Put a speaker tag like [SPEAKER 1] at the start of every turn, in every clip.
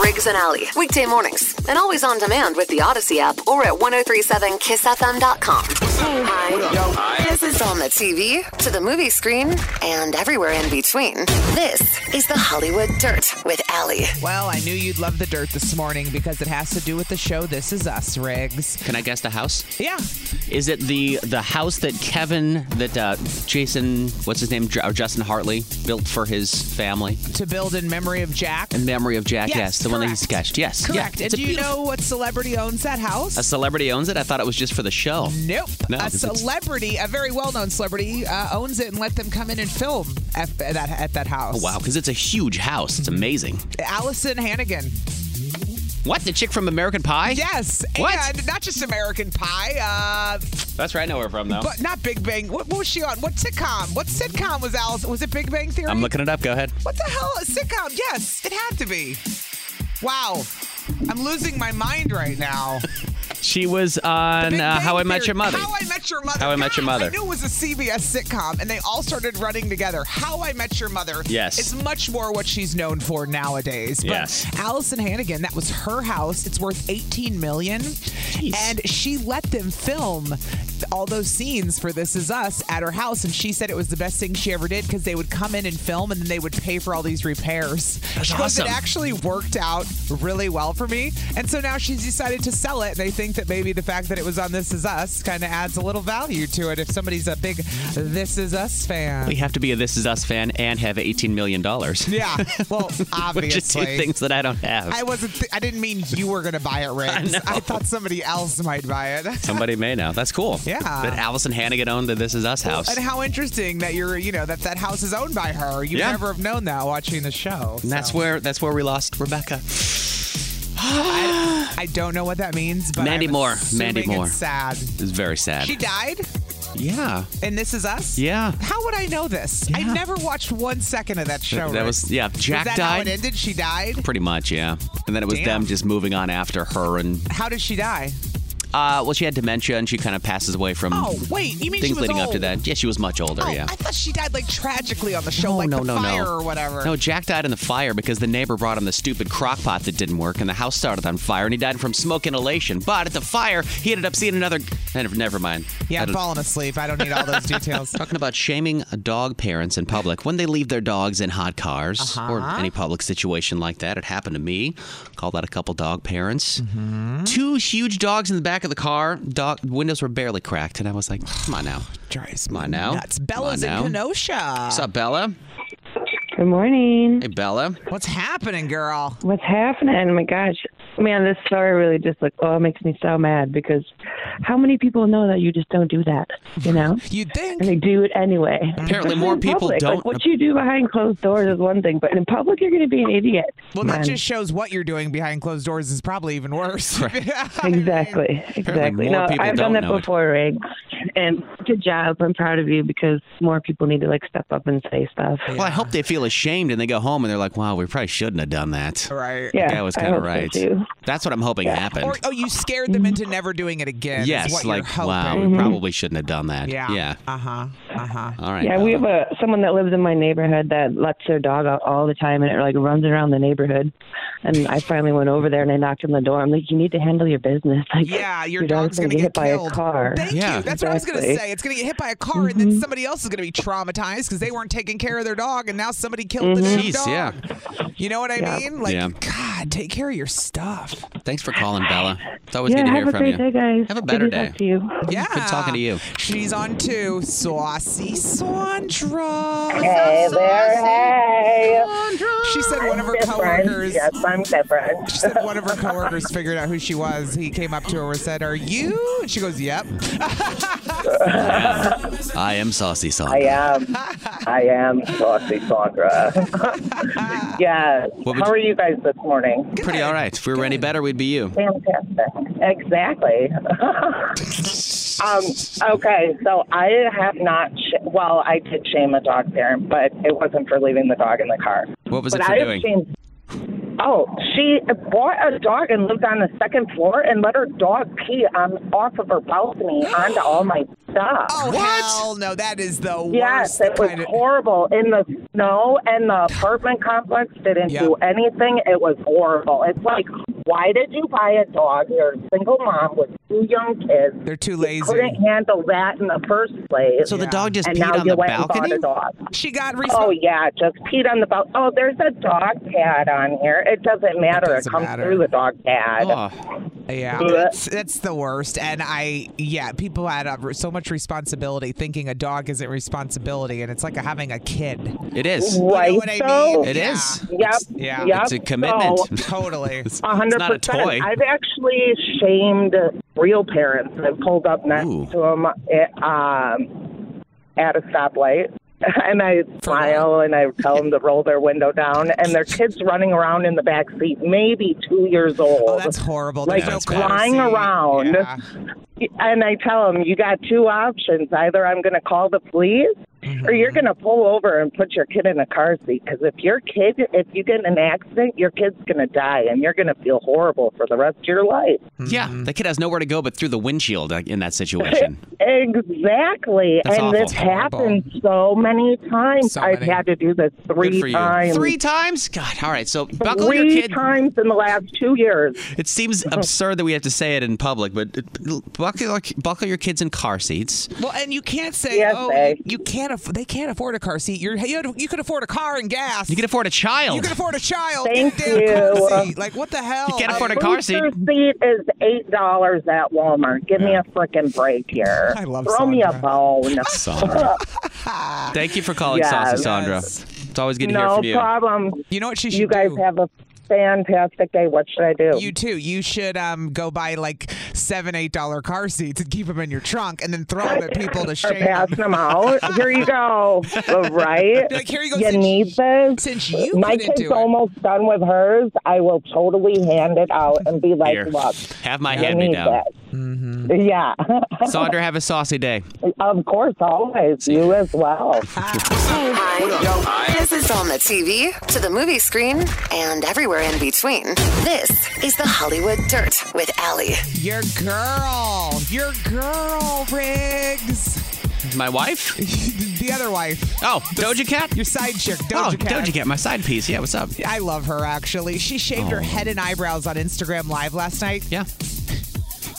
[SPEAKER 1] Riggs and Alley, weekday mornings, and always on demand with the Odyssey app or at 1037kissfm.com. Hi. This is on the TV, to the movie screen, and everywhere in between. This is the Hollywood Dirt with Alley.
[SPEAKER 2] Well, I knew you'd love the dirt this morning because it has to do with the show This Is Us, Riggs.
[SPEAKER 3] Can I guess the house?
[SPEAKER 2] Yeah.
[SPEAKER 3] Is it the the house that Kevin, that uh, Jason, what's his name, J- or Justin Hartley built for his family
[SPEAKER 2] To build in memory of Jack.
[SPEAKER 3] in memory of Jack?
[SPEAKER 2] Yes,
[SPEAKER 3] Yes, the one that he
[SPEAKER 2] correct.
[SPEAKER 3] sketched. Yes, yeah.
[SPEAKER 2] Correct. and
[SPEAKER 3] It's a
[SPEAKER 2] do you
[SPEAKER 3] beautiful-
[SPEAKER 2] know what celebrity owns that house?
[SPEAKER 3] a celebrity owns it? I thought it was just for the show.
[SPEAKER 2] Nope.
[SPEAKER 3] No,
[SPEAKER 2] a
[SPEAKER 3] it's-
[SPEAKER 2] celebrity, a very well-known celebrity, uh, owns it and let them come in and film at that at that house.
[SPEAKER 3] Oh, Wow, because it's a huge house. It's amazing.
[SPEAKER 2] Allison Hannigan.
[SPEAKER 3] What the chick from American Pie?
[SPEAKER 2] Yes.
[SPEAKER 3] What?
[SPEAKER 2] And not just American Pie. Uh,
[SPEAKER 3] that's right. I know her from though.
[SPEAKER 2] But not Big Bang. What, what was she on? What sitcom? What sitcom was Alice? Was it Big Bang Theory?
[SPEAKER 3] I'm looking it up. Go ahead.
[SPEAKER 2] What the hell? A sitcom? Yes, it had to be. Wow. I'm losing my mind right now.
[SPEAKER 3] She was on
[SPEAKER 2] Big
[SPEAKER 3] uh,
[SPEAKER 2] Bang
[SPEAKER 3] How I Met
[SPEAKER 2] Theory.
[SPEAKER 3] Your Mother.
[SPEAKER 2] How I Met Your Mother.
[SPEAKER 3] How I Met Your
[SPEAKER 2] God,
[SPEAKER 3] Mother.
[SPEAKER 2] I knew it was a CBS sitcom, and they all started running together. How I Met Your Mother.
[SPEAKER 3] Yes.
[SPEAKER 2] Is much more what she's known for nowadays. But
[SPEAKER 3] Yes.
[SPEAKER 2] Allison Hannigan, that was her house. It's worth 18 million, and she let them film all those scenes for This Is Us at her house, and she said it was the best thing she ever did because they would come in and film, and then they would pay for all these repairs. she goes, "It
[SPEAKER 3] awesome.
[SPEAKER 2] actually worked out really well for me. And so now she's decided to sell it. And they think that maybe the fact that it was on This Is Us kind of adds a little value to it if somebody's a big This Is Us fan.
[SPEAKER 3] We have to be a This Is Us fan and have 18 million dollars.
[SPEAKER 2] Yeah. Well,
[SPEAKER 3] Which is two
[SPEAKER 2] obviously.
[SPEAKER 3] things that I don't have.
[SPEAKER 2] I wasn't. Th- I didn't mean you were going to buy it, Riggs.
[SPEAKER 3] know.
[SPEAKER 2] I, thought somebody else might buy it.
[SPEAKER 3] Somebody may now. That's cool.
[SPEAKER 2] Yeah.
[SPEAKER 3] That Allison Hannigan owned the This Is Us house.
[SPEAKER 2] And how interesting that you're, you know, that that house is owned by her. You would
[SPEAKER 3] Yeah.
[SPEAKER 2] never have known that watching the show.
[SPEAKER 3] And that's
[SPEAKER 2] so.
[SPEAKER 3] where that's where we lost Rebecca.
[SPEAKER 2] I don't know what that means, but
[SPEAKER 3] Mandy
[SPEAKER 2] I'm
[SPEAKER 3] Moore. Mandy
[SPEAKER 2] assuming
[SPEAKER 3] Moore.
[SPEAKER 2] It's sad.
[SPEAKER 3] It's very sad.
[SPEAKER 2] She died.
[SPEAKER 3] yeah.
[SPEAKER 2] And this is us?
[SPEAKER 3] Yeah.
[SPEAKER 2] How would I know this? I
[SPEAKER 3] Yeah.
[SPEAKER 2] never watched one second of that show.
[SPEAKER 3] That
[SPEAKER 2] Rick.
[SPEAKER 3] was yeah. Jack
[SPEAKER 2] that how
[SPEAKER 3] died.
[SPEAKER 2] it ended? She died?
[SPEAKER 3] Pretty much, yeah. And then it was
[SPEAKER 2] Damn.
[SPEAKER 3] them just moving on after her and
[SPEAKER 2] How did she die?
[SPEAKER 3] uh well she had dementia and she kind of passes away from
[SPEAKER 2] Oh, wait. You mean she
[SPEAKER 3] things
[SPEAKER 2] was
[SPEAKER 3] leading
[SPEAKER 2] old?
[SPEAKER 3] up to that. Yeah, she was much older,
[SPEAKER 2] Oh,
[SPEAKER 3] yeah.
[SPEAKER 2] I thought she died like tragically on the show,
[SPEAKER 3] no,
[SPEAKER 2] like
[SPEAKER 3] no,
[SPEAKER 2] the
[SPEAKER 3] no,
[SPEAKER 2] fire
[SPEAKER 3] no.
[SPEAKER 2] or whatever.
[SPEAKER 3] No, Jack died in the fire because the neighbor brought him the stupid crock pot that didn't work, and the house started on fire, and he died from smoke inhalation. But at the fire, he ended up seeing another. and- Never mind.
[SPEAKER 2] yeah,
[SPEAKER 3] I
[SPEAKER 2] I'm
[SPEAKER 3] don't-
[SPEAKER 2] falling asleep. I don't need all those details.
[SPEAKER 3] Talking about shaming dog parents in public when they leave their dogs in hot cars
[SPEAKER 2] Uh-huh.
[SPEAKER 3] or any public situation like that. It happened to me. Called out a couple dog parents.
[SPEAKER 2] Mm-hmm.
[SPEAKER 3] Two huge dogs in the back of the car. Dog windows were barely cracked, and I was like, "Come on now,
[SPEAKER 2] Drives
[SPEAKER 3] come on now."
[SPEAKER 2] nuts.
[SPEAKER 3] Come
[SPEAKER 2] Bella's
[SPEAKER 3] on
[SPEAKER 2] in
[SPEAKER 3] now.
[SPEAKER 2] Kenosha.
[SPEAKER 3] What's up, Bella?
[SPEAKER 4] Good morning.
[SPEAKER 3] Hey, Bella.
[SPEAKER 2] What's happening, girl?
[SPEAKER 4] What's happening? Oh my gosh. Man, this story really just like oh it makes me so mad because how many people know that you just don't do that, you know?
[SPEAKER 2] You'd think.
[SPEAKER 4] And they do it anyway.
[SPEAKER 3] Apparently, more
[SPEAKER 4] In
[SPEAKER 3] people
[SPEAKER 4] public,
[SPEAKER 3] don't.
[SPEAKER 4] Like, what you do behind closed doors is one thing, but in public you're going to be an idiot.
[SPEAKER 2] Well, that
[SPEAKER 4] Man.
[SPEAKER 2] just shows what you're doing behind closed doors is probably even worse.
[SPEAKER 4] Exactly. Exactly.
[SPEAKER 3] more
[SPEAKER 4] No,
[SPEAKER 3] people
[SPEAKER 4] I've
[SPEAKER 3] don't
[SPEAKER 4] done that
[SPEAKER 3] know it.
[SPEAKER 4] before, Riggs. And good job. I'm proud of you because more people need to like step up and say stuff.
[SPEAKER 3] Well, I hope they feel ashamed and they go home and they're like, "Wow, we probably shouldn't have done that."
[SPEAKER 2] right.
[SPEAKER 4] Yeah,
[SPEAKER 3] That was
[SPEAKER 4] I
[SPEAKER 3] kind of
[SPEAKER 4] hope so,
[SPEAKER 3] right.
[SPEAKER 4] too.
[SPEAKER 3] That's what I'm hoping happened.
[SPEAKER 2] Or oh, you scared them into never doing it again. is
[SPEAKER 3] yes,
[SPEAKER 2] what
[SPEAKER 3] like
[SPEAKER 2] you're
[SPEAKER 3] wow,
[SPEAKER 2] hoping.
[SPEAKER 3] we
[SPEAKER 4] Mm-hmm.
[SPEAKER 3] probably shouldn't have done that.
[SPEAKER 2] Yeah.
[SPEAKER 3] Yeah.
[SPEAKER 2] Uh huh. Uh huh.
[SPEAKER 3] All right.
[SPEAKER 4] Yeah, we
[SPEAKER 3] Bella.
[SPEAKER 4] have a someone that lives in my neighborhood that lets their dog out all the time, and it like runs around the neighborhood. And I finally went over there and I knocked on the door. I'm like, "You need to handle your business. Like,
[SPEAKER 2] Yeah, your,
[SPEAKER 4] dog's
[SPEAKER 2] gonna
[SPEAKER 4] gonna get hit by
[SPEAKER 2] killed.
[SPEAKER 4] a car."
[SPEAKER 2] Thank
[SPEAKER 3] Yeah.
[SPEAKER 2] you. That's what I was gonna
[SPEAKER 4] Exactly.
[SPEAKER 2] say. It's gonna get hit by a car, and
[SPEAKER 4] Mm-hmm.
[SPEAKER 2] then somebody else is gonna be traumatized because they weren't taking care of their dog, and now somebody killed
[SPEAKER 4] Mm-hmm.
[SPEAKER 2] the damn
[SPEAKER 3] Jeez,
[SPEAKER 2] dog.
[SPEAKER 3] yeah.
[SPEAKER 2] You know what I
[SPEAKER 4] Yeah.
[SPEAKER 2] mean? Like,
[SPEAKER 3] Yeah.
[SPEAKER 2] God, take care of your stuff.
[SPEAKER 3] Thanks for calling, Bella. It's always
[SPEAKER 4] yeah.
[SPEAKER 3] good to hear
[SPEAKER 4] Have a
[SPEAKER 3] from
[SPEAKER 4] great
[SPEAKER 3] you.
[SPEAKER 4] day, guys.
[SPEAKER 3] Have a
[SPEAKER 4] Good
[SPEAKER 3] better
[SPEAKER 4] to
[SPEAKER 3] day.
[SPEAKER 4] Talk to you.
[SPEAKER 2] Yeah.
[SPEAKER 3] Good talking to you.
[SPEAKER 2] She's on too. Saucy Sandra.
[SPEAKER 5] Hey there, hey.
[SPEAKER 2] She said one of her coworkers.
[SPEAKER 5] Yes, I'm different.
[SPEAKER 2] She said one of her coworkers figured out who she was. He came up to her and said, "Are you?" And she goes, "Yep."
[SPEAKER 3] I am saucy song.
[SPEAKER 5] I am. I am saucy Sandra. yes.
[SPEAKER 3] What would
[SPEAKER 5] How
[SPEAKER 3] you-
[SPEAKER 5] are you guys this morning?
[SPEAKER 3] Pretty all right. If we were any better, we'd be you.
[SPEAKER 5] Fantastic. Exactly. um, okay, so I have not. Sh- well, I did shame a dog parent, but it wasn't for leaving the dog in the car.
[SPEAKER 3] What was
[SPEAKER 5] but
[SPEAKER 3] it for
[SPEAKER 5] I
[SPEAKER 3] doing?
[SPEAKER 5] have shamed. Oh, she bought a dog and lived on the second floor and let her dog pee on off of her balcony onto all my stuff.
[SPEAKER 2] Oh, hell no, that is the
[SPEAKER 5] Yes,
[SPEAKER 2] worst.
[SPEAKER 5] it was
[SPEAKER 2] kind of-
[SPEAKER 5] horrible in the snow, and the apartment complex didn't
[SPEAKER 2] Yeah.
[SPEAKER 5] do anything. It was horrible. It's like, why did you buy a dog? You're a single mom with two young kids.
[SPEAKER 2] They're too
[SPEAKER 5] You
[SPEAKER 2] lazy.
[SPEAKER 5] couldn't handle that in the first place.
[SPEAKER 3] So the dog just
[SPEAKER 5] and
[SPEAKER 3] peed
[SPEAKER 5] now
[SPEAKER 3] on
[SPEAKER 5] you
[SPEAKER 3] the
[SPEAKER 5] went
[SPEAKER 3] balcony?
[SPEAKER 5] And bought a dog.
[SPEAKER 2] She got
[SPEAKER 5] Oh
[SPEAKER 2] responsible.
[SPEAKER 5] yeah, just peed on the balcony. Oh, there's a dog pad on here. It doesn't matter. It,
[SPEAKER 2] doesn't
[SPEAKER 5] comes
[SPEAKER 2] matter.
[SPEAKER 5] through the dog pad.
[SPEAKER 3] Oh,
[SPEAKER 2] Yeah,
[SPEAKER 5] Blech.
[SPEAKER 2] that's, that's the worst. And I, yeah, people had uh, so much responsibility thinking a dog isn't responsibility, and it's like having a kid.
[SPEAKER 3] it is.
[SPEAKER 5] Right.
[SPEAKER 2] You know what I
[SPEAKER 5] so
[SPEAKER 2] mean?
[SPEAKER 3] It
[SPEAKER 2] Yeah.
[SPEAKER 3] is.
[SPEAKER 5] Yep.
[SPEAKER 2] Yeah.
[SPEAKER 5] Yep.
[SPEAKER 3] It's a commitment.
[SPEAKER 5] So,
[SPEAKER 2] Totally.
[SPEAKER 5] A hundred
[SPEAKER 3] not a
[SPEAKER 5] percent.
[SPEAKER 3] toy.
[SPEAKER 5] I've actually shamed real parents and pulled up next
[SPEAKER 3] Ooh.
[SPEAKER 5] to them at, um, at a stoplight. And I smile and I tell them to roll their window down, and their kids running around in the back seat, maybe two years old,
[SPEAKER 2] Oh, that's horrible.
[SPEAKER 5] like
[SPEAKER 2] There's no
[SPEAKER 3] that's
[SPEAKER 2] privacy.
[SPEAKER 5] flying around.
[SPEAKER 2] Yeah.
[SPEAKER 5] And I tell them, you got two options: either I'm going to call the police, or
[SPEAKER 2] Mm-hmm.
[SPEAKER 5] you're going to pull over and put your kid in a car seat. Because if your kid, if you get in an accident, your kid's going to die, and you're going to feel horrible for the rest of your life.
[SPEAKER 2] Mm-hmm.
[SPEAKER 3] Yeah, the kid has nowhere to go but through the windshield like, in that situation.
[SPEAKER 5] Exactly.
[SPEAKER 3] That's
[SPEAKER 5] and
[SPEAKER 3] awful.
[SPEAKER 5] this happened so many times.
[SPEAKER 2] So
[SPEAKER 5] I've
[SPEAKER 2] many.
[SPEAKER 5] had to do this
[SPEAKER 3] Good for
[SPEAKER 5] three
[SPEAKER 3] you.
[SPEAKER 5] times.
[SPEAKER 3] Three times? God, all right. So buckle your
[SPEAKER 5] Three
[SPEAKER 3] kid.
[SPEAKER 5] times in the last two years.
[SPEAKER 3] It seems absurd that we have to say it in public, but it- buckle, buckle your kids in car seats.
[SPEAKER 2] Well, and you can't say,
[SPEAKER 5] Yes,
[SPEAKER 2] oh,
[SPEAKER 5] babe.
[SPEAKER 2] you can't. Aff- they can't afford a car seat. You're, you had- you could afford a car and gas.
[SPEAKER 3] You can afford a
[SPEAKER 2] You
[SPEAKER 3] child.
[SPEAKER 2] can afford a child.
[SPEAKER 5] Thank
[SPEAKER 2] Damn car
[SPEAKER 5] you.
[SPEAKER 2] seat. Like what the hell?
[SPEAKER 3] You can't
[SPEAKER 2] I-
[SPEAKER 3] afford a car seat.
[SPEAKER 5] Booster seat is eight dollars at Walmart. Give me a frickin' break here.
[SPEAKER 2] I love
[SPEAKER 5] Throw me a
[SPEAKER 2] Sandra.
[SPEAKER 5] bone.
[SPEAKER 3] Sandra. Thank you for calling
[SPEAKER 5] Yes.
[SPEAKER 3] Saucy Sandra.
[SPEAKER 2] Yes.
[SPEAKER 3] It's always good to hear
[SPEAKER 5] No
[SPEAKER 3] from you.
[SPEAKER 5] problem.
[SPEAKER 2] You know what she should
[SPEAKER 5] You guys
[SPEAKER 2] do?
[SPEAKER 5] have a fantastic day. What should I do?
[SPEAKER 2] You too. You should um go buy like seven, eight dollar car seats and keep them in your trunk, and then throw them at people to
[SPEAKER 5] Or
[SPEAKER 2] shame
[SPEAKER 5] pass
[SPEAKER 2] them.
[SPEAKER 5] them out. Here you go. Right?
[SPEAKER 2] Like, here you go.
[SPEAKER 5] You
[SPEAKER 2] Since-
[SPEAKER 5] need this.
[SPEAKER 2] since you
[SPEAKER 5] My
[SPEAKER 2] couldn't
[SPEAKER 5] kid's
[SPEAKER 2] do it.
[SPEAKER 5] almost done with hers. I will totally hand it out and be like,
[SPEAKER 3] Here.
[SPEAKER 5] look,
[SPEAKER 3] Have my
[SPEAKER 5] you
[SPEAKER 3] hand me
[SPEAKER 5] need
[SPEAKER 3] down.
[SPEAKER 5] this. Yeah.
[SPEAKER 3] Sandra, have a saucy day.
[SPEAKER 5] of course, always. You as well.
[SPEAKER 1] Hi. This is on the TV, to the movie screen, and everywhere in between. This is the Hollywood Dirt with Allie.
[SPEAKER 2] Your girl, your girl, Riggs,
[SPEAKER 3] My wife?
[SPEAKER 2] the other wife,
[SPEAKER 3] Oh, Doja Cat?
[SPEAKER 2] your side chick,
[SPEAKER 3] oh,
[SPEAKER 2] Doja Cat.
[SPEAKER 3] Doja Cat, my side piece. Yeah, what's up?
[SPEAKER 2] I love her actually. She shaved her head and eyebrows on Instagram Live last night.
[SPEAKER 3] Yeah.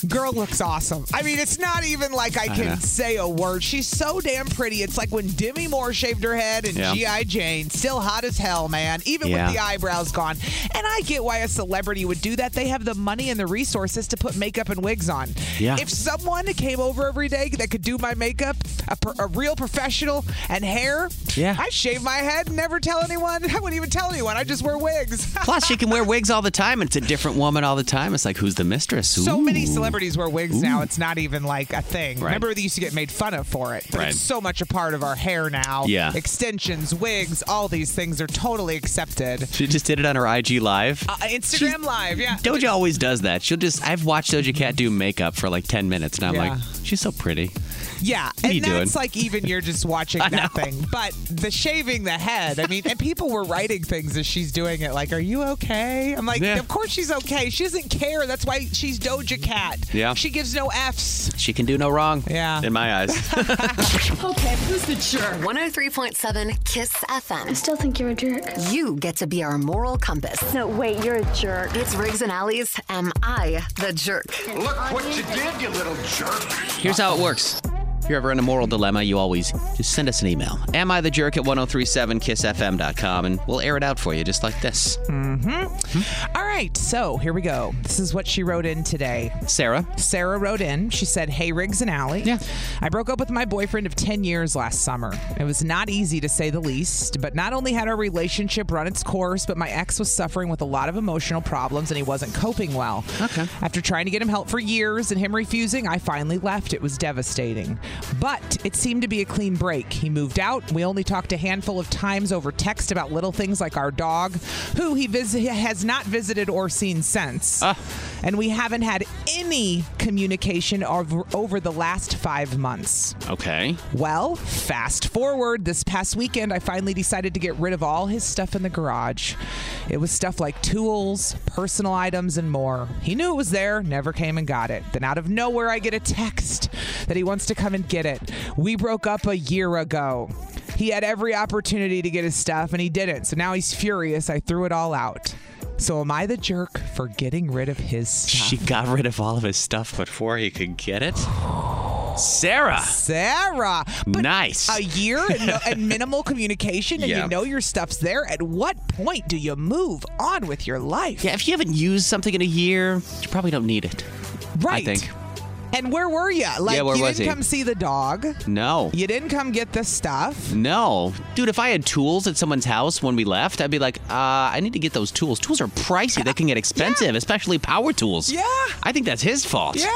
[SPEAKER 2] Girl looks awesome. I mean, it's not even like I can
[SPEAKER 3] know.
[SPEAKER 2] say a word. She's so damn pretty. It's like when Demi Moore shaved her head and
[SPEAKER 3] Yeah.
[SPEAKER 2] G.I. Jane, still hot as hell, man, even
[SPEAKER 3] Yeah.
[SPEAKER 2] with the eyebrows gone. And I get why a celebrity would do that. They have the money and the resources to put makeup and wigs on.
[SPEAKER 3] Yeah.
[SPEAKER 2] If someone came over every day that could do my makeup, a, pro- a real professional, and hair,
[SPEAKER 3] Yeah.
[SPEAKER 2] I shave my head and never tell anyone. I wouldn't even tell anyone. I just wear wigs.
[SPEAKER 3] Plus, she can wear wigs all the time. and It's a different woman all the time. It's like, who's the mistress?
[SPEAKER 2] so many
[SPEAKER 3] Ooh.
[SPEAKER 2] celebrities wear wigs now. It's not even like a thing.
[SPEAKER 3] Right.
[SPEAKER 2] Remember, they used to get made fun of for it. But
[SPEAKER 3] Right.
[SPEAKER 2] It's so much a part of our hair now.
[SPEAKER 3] Yeah.
[SPEAKER 2] Extensions, wigs, all these things are totally accepted.
[SPEAKER 3] She just did it on her IG live.
[SPEAKER 2] Uh, Instagram Live, yeah.
[SPEAKER 3] Doja always does that. She'll just I've watched Doja Cat do makeup for like 10 minutes and I'm
[SPEAKER 2] Yeah.
[SPEAKER 3] like, she's so pretty.
[SPEAKER 2] Yeah.
[SPEAKER 3] are
[SPEAKER 2] And
[SPEAKER 3] you
[SPEAKER 2] that's
[SPEAKER 3] doing?
[SPEAKER 2] like even you're just watching nothing. But the shaving the head, I mean, and people were writing things as she's doing it, like, Are you okay? I'm like,
[SPEAKER 3] Yeah.
[SPEAKER 2] Of course she's okay. She doesn't care. That's why she's Doja Cat.
[SPEAKER 3] Yeah.
[SPEAKER 2] She gives no F's.
[SPEAKER 3] She can do no wrong.
[SPEAKER 2] Yeah.
[SPEAKER 3] In my eyes.
[SPEAKER 1] 103.7 Kiss
[SPEAKER 6] I
[SPEAKER 1] FM.
[SPEAKER 6] still think you're a jerk.
[SPEAKER 1] You get to be our moral compass.
[SPEAKER 7] No, wait, you're a jerk.
[SPEAKER 1] It's Riggs and Allies. Am I the jerk?
[SPEAKER 8] Look what you did, you little jerk.
[SPEAKER 3] Here's how it works. If you're ever in a moral dilemma, you always just send us an email. Am I the jerk at 1037kissfm.com and we'll air it out for you just like this.
[SPEAKER 2] Mm-hmm. All right, so here we go. This is what she wrote in today.
[SPEAKER 3] Sarah,
[SPEAKER 2] Sarah wrote in. She said, Hey, Riggs and Allie.
[SPEAKER 3] Yeah.
[SPEAKER 2] I broke up with my boyfriend of 10 years last summer. It was not easy to say the least, but not only had our relationship run its course, but my ex was suffering with a lot of emotional problems and he wasn't coping well.
[SPEAKER 3] Okay.
[SPEAKER 2] After trying to get him help for years and him refusing, I finally left. It was devastating. But it seemed to be a clean break. He moved out. We only talked a handful of times over text about little things like our dog, who he vis- has not visited or seen since. And we haven't had any communication over, over the last five months.
[SPEAKER 3] okay.
[SPEAKER 2] Well, fast forward this past weekend, I finally decided to get rid of all his stuff in the garage. It was stuff like tools, personal items, and more. He knew it was there, never came and got it. Then, out of nowhere, I get a text that he wants to come and get it. We broke up a year ago. He had every opportunity to get his stuff, and he didn't. So now he's furious. I threw it all out. So, am I the jerk for getting rid of his stuff?
[SPEAKER 3] She got rid of all of his stuff before he could get it. Sarah,
[SPEAKER 2] Sarah! But
[SPEAKER 3] nice.
[SPEAKER 2] a year and, no, and minimal communication and
[SPEAKER 3] Yeah.
[SPEAKER 2] you know your stuff's there at what point do you move on with your life
[SPEAKER 3] yeah, if you haven't used something in a year, you probably don't need it.
[SPEAKER 2] right
[SPEAKER 3] I think.
[SPEAKER 2] and where were you like
[SPEAKER 3] where
[SPEAKER 2] you didn't
[SPEAKER 3] was he?
[SPEAKER 2] come see the dog
[SPEAKER 3] No.
[SPEAKER 2] you didn't come get the stuff
[SPEAKER 3] No. Dude, if I had tools at someone's house when we left, I'd be like, uh, I need to get those tools. Tools are pricey. They can get expensive, especially power tools.
[SPEAKER 2] Yeah.
[SPEAKER 3] I think that's his fault.
[SPEAKER 2] yeah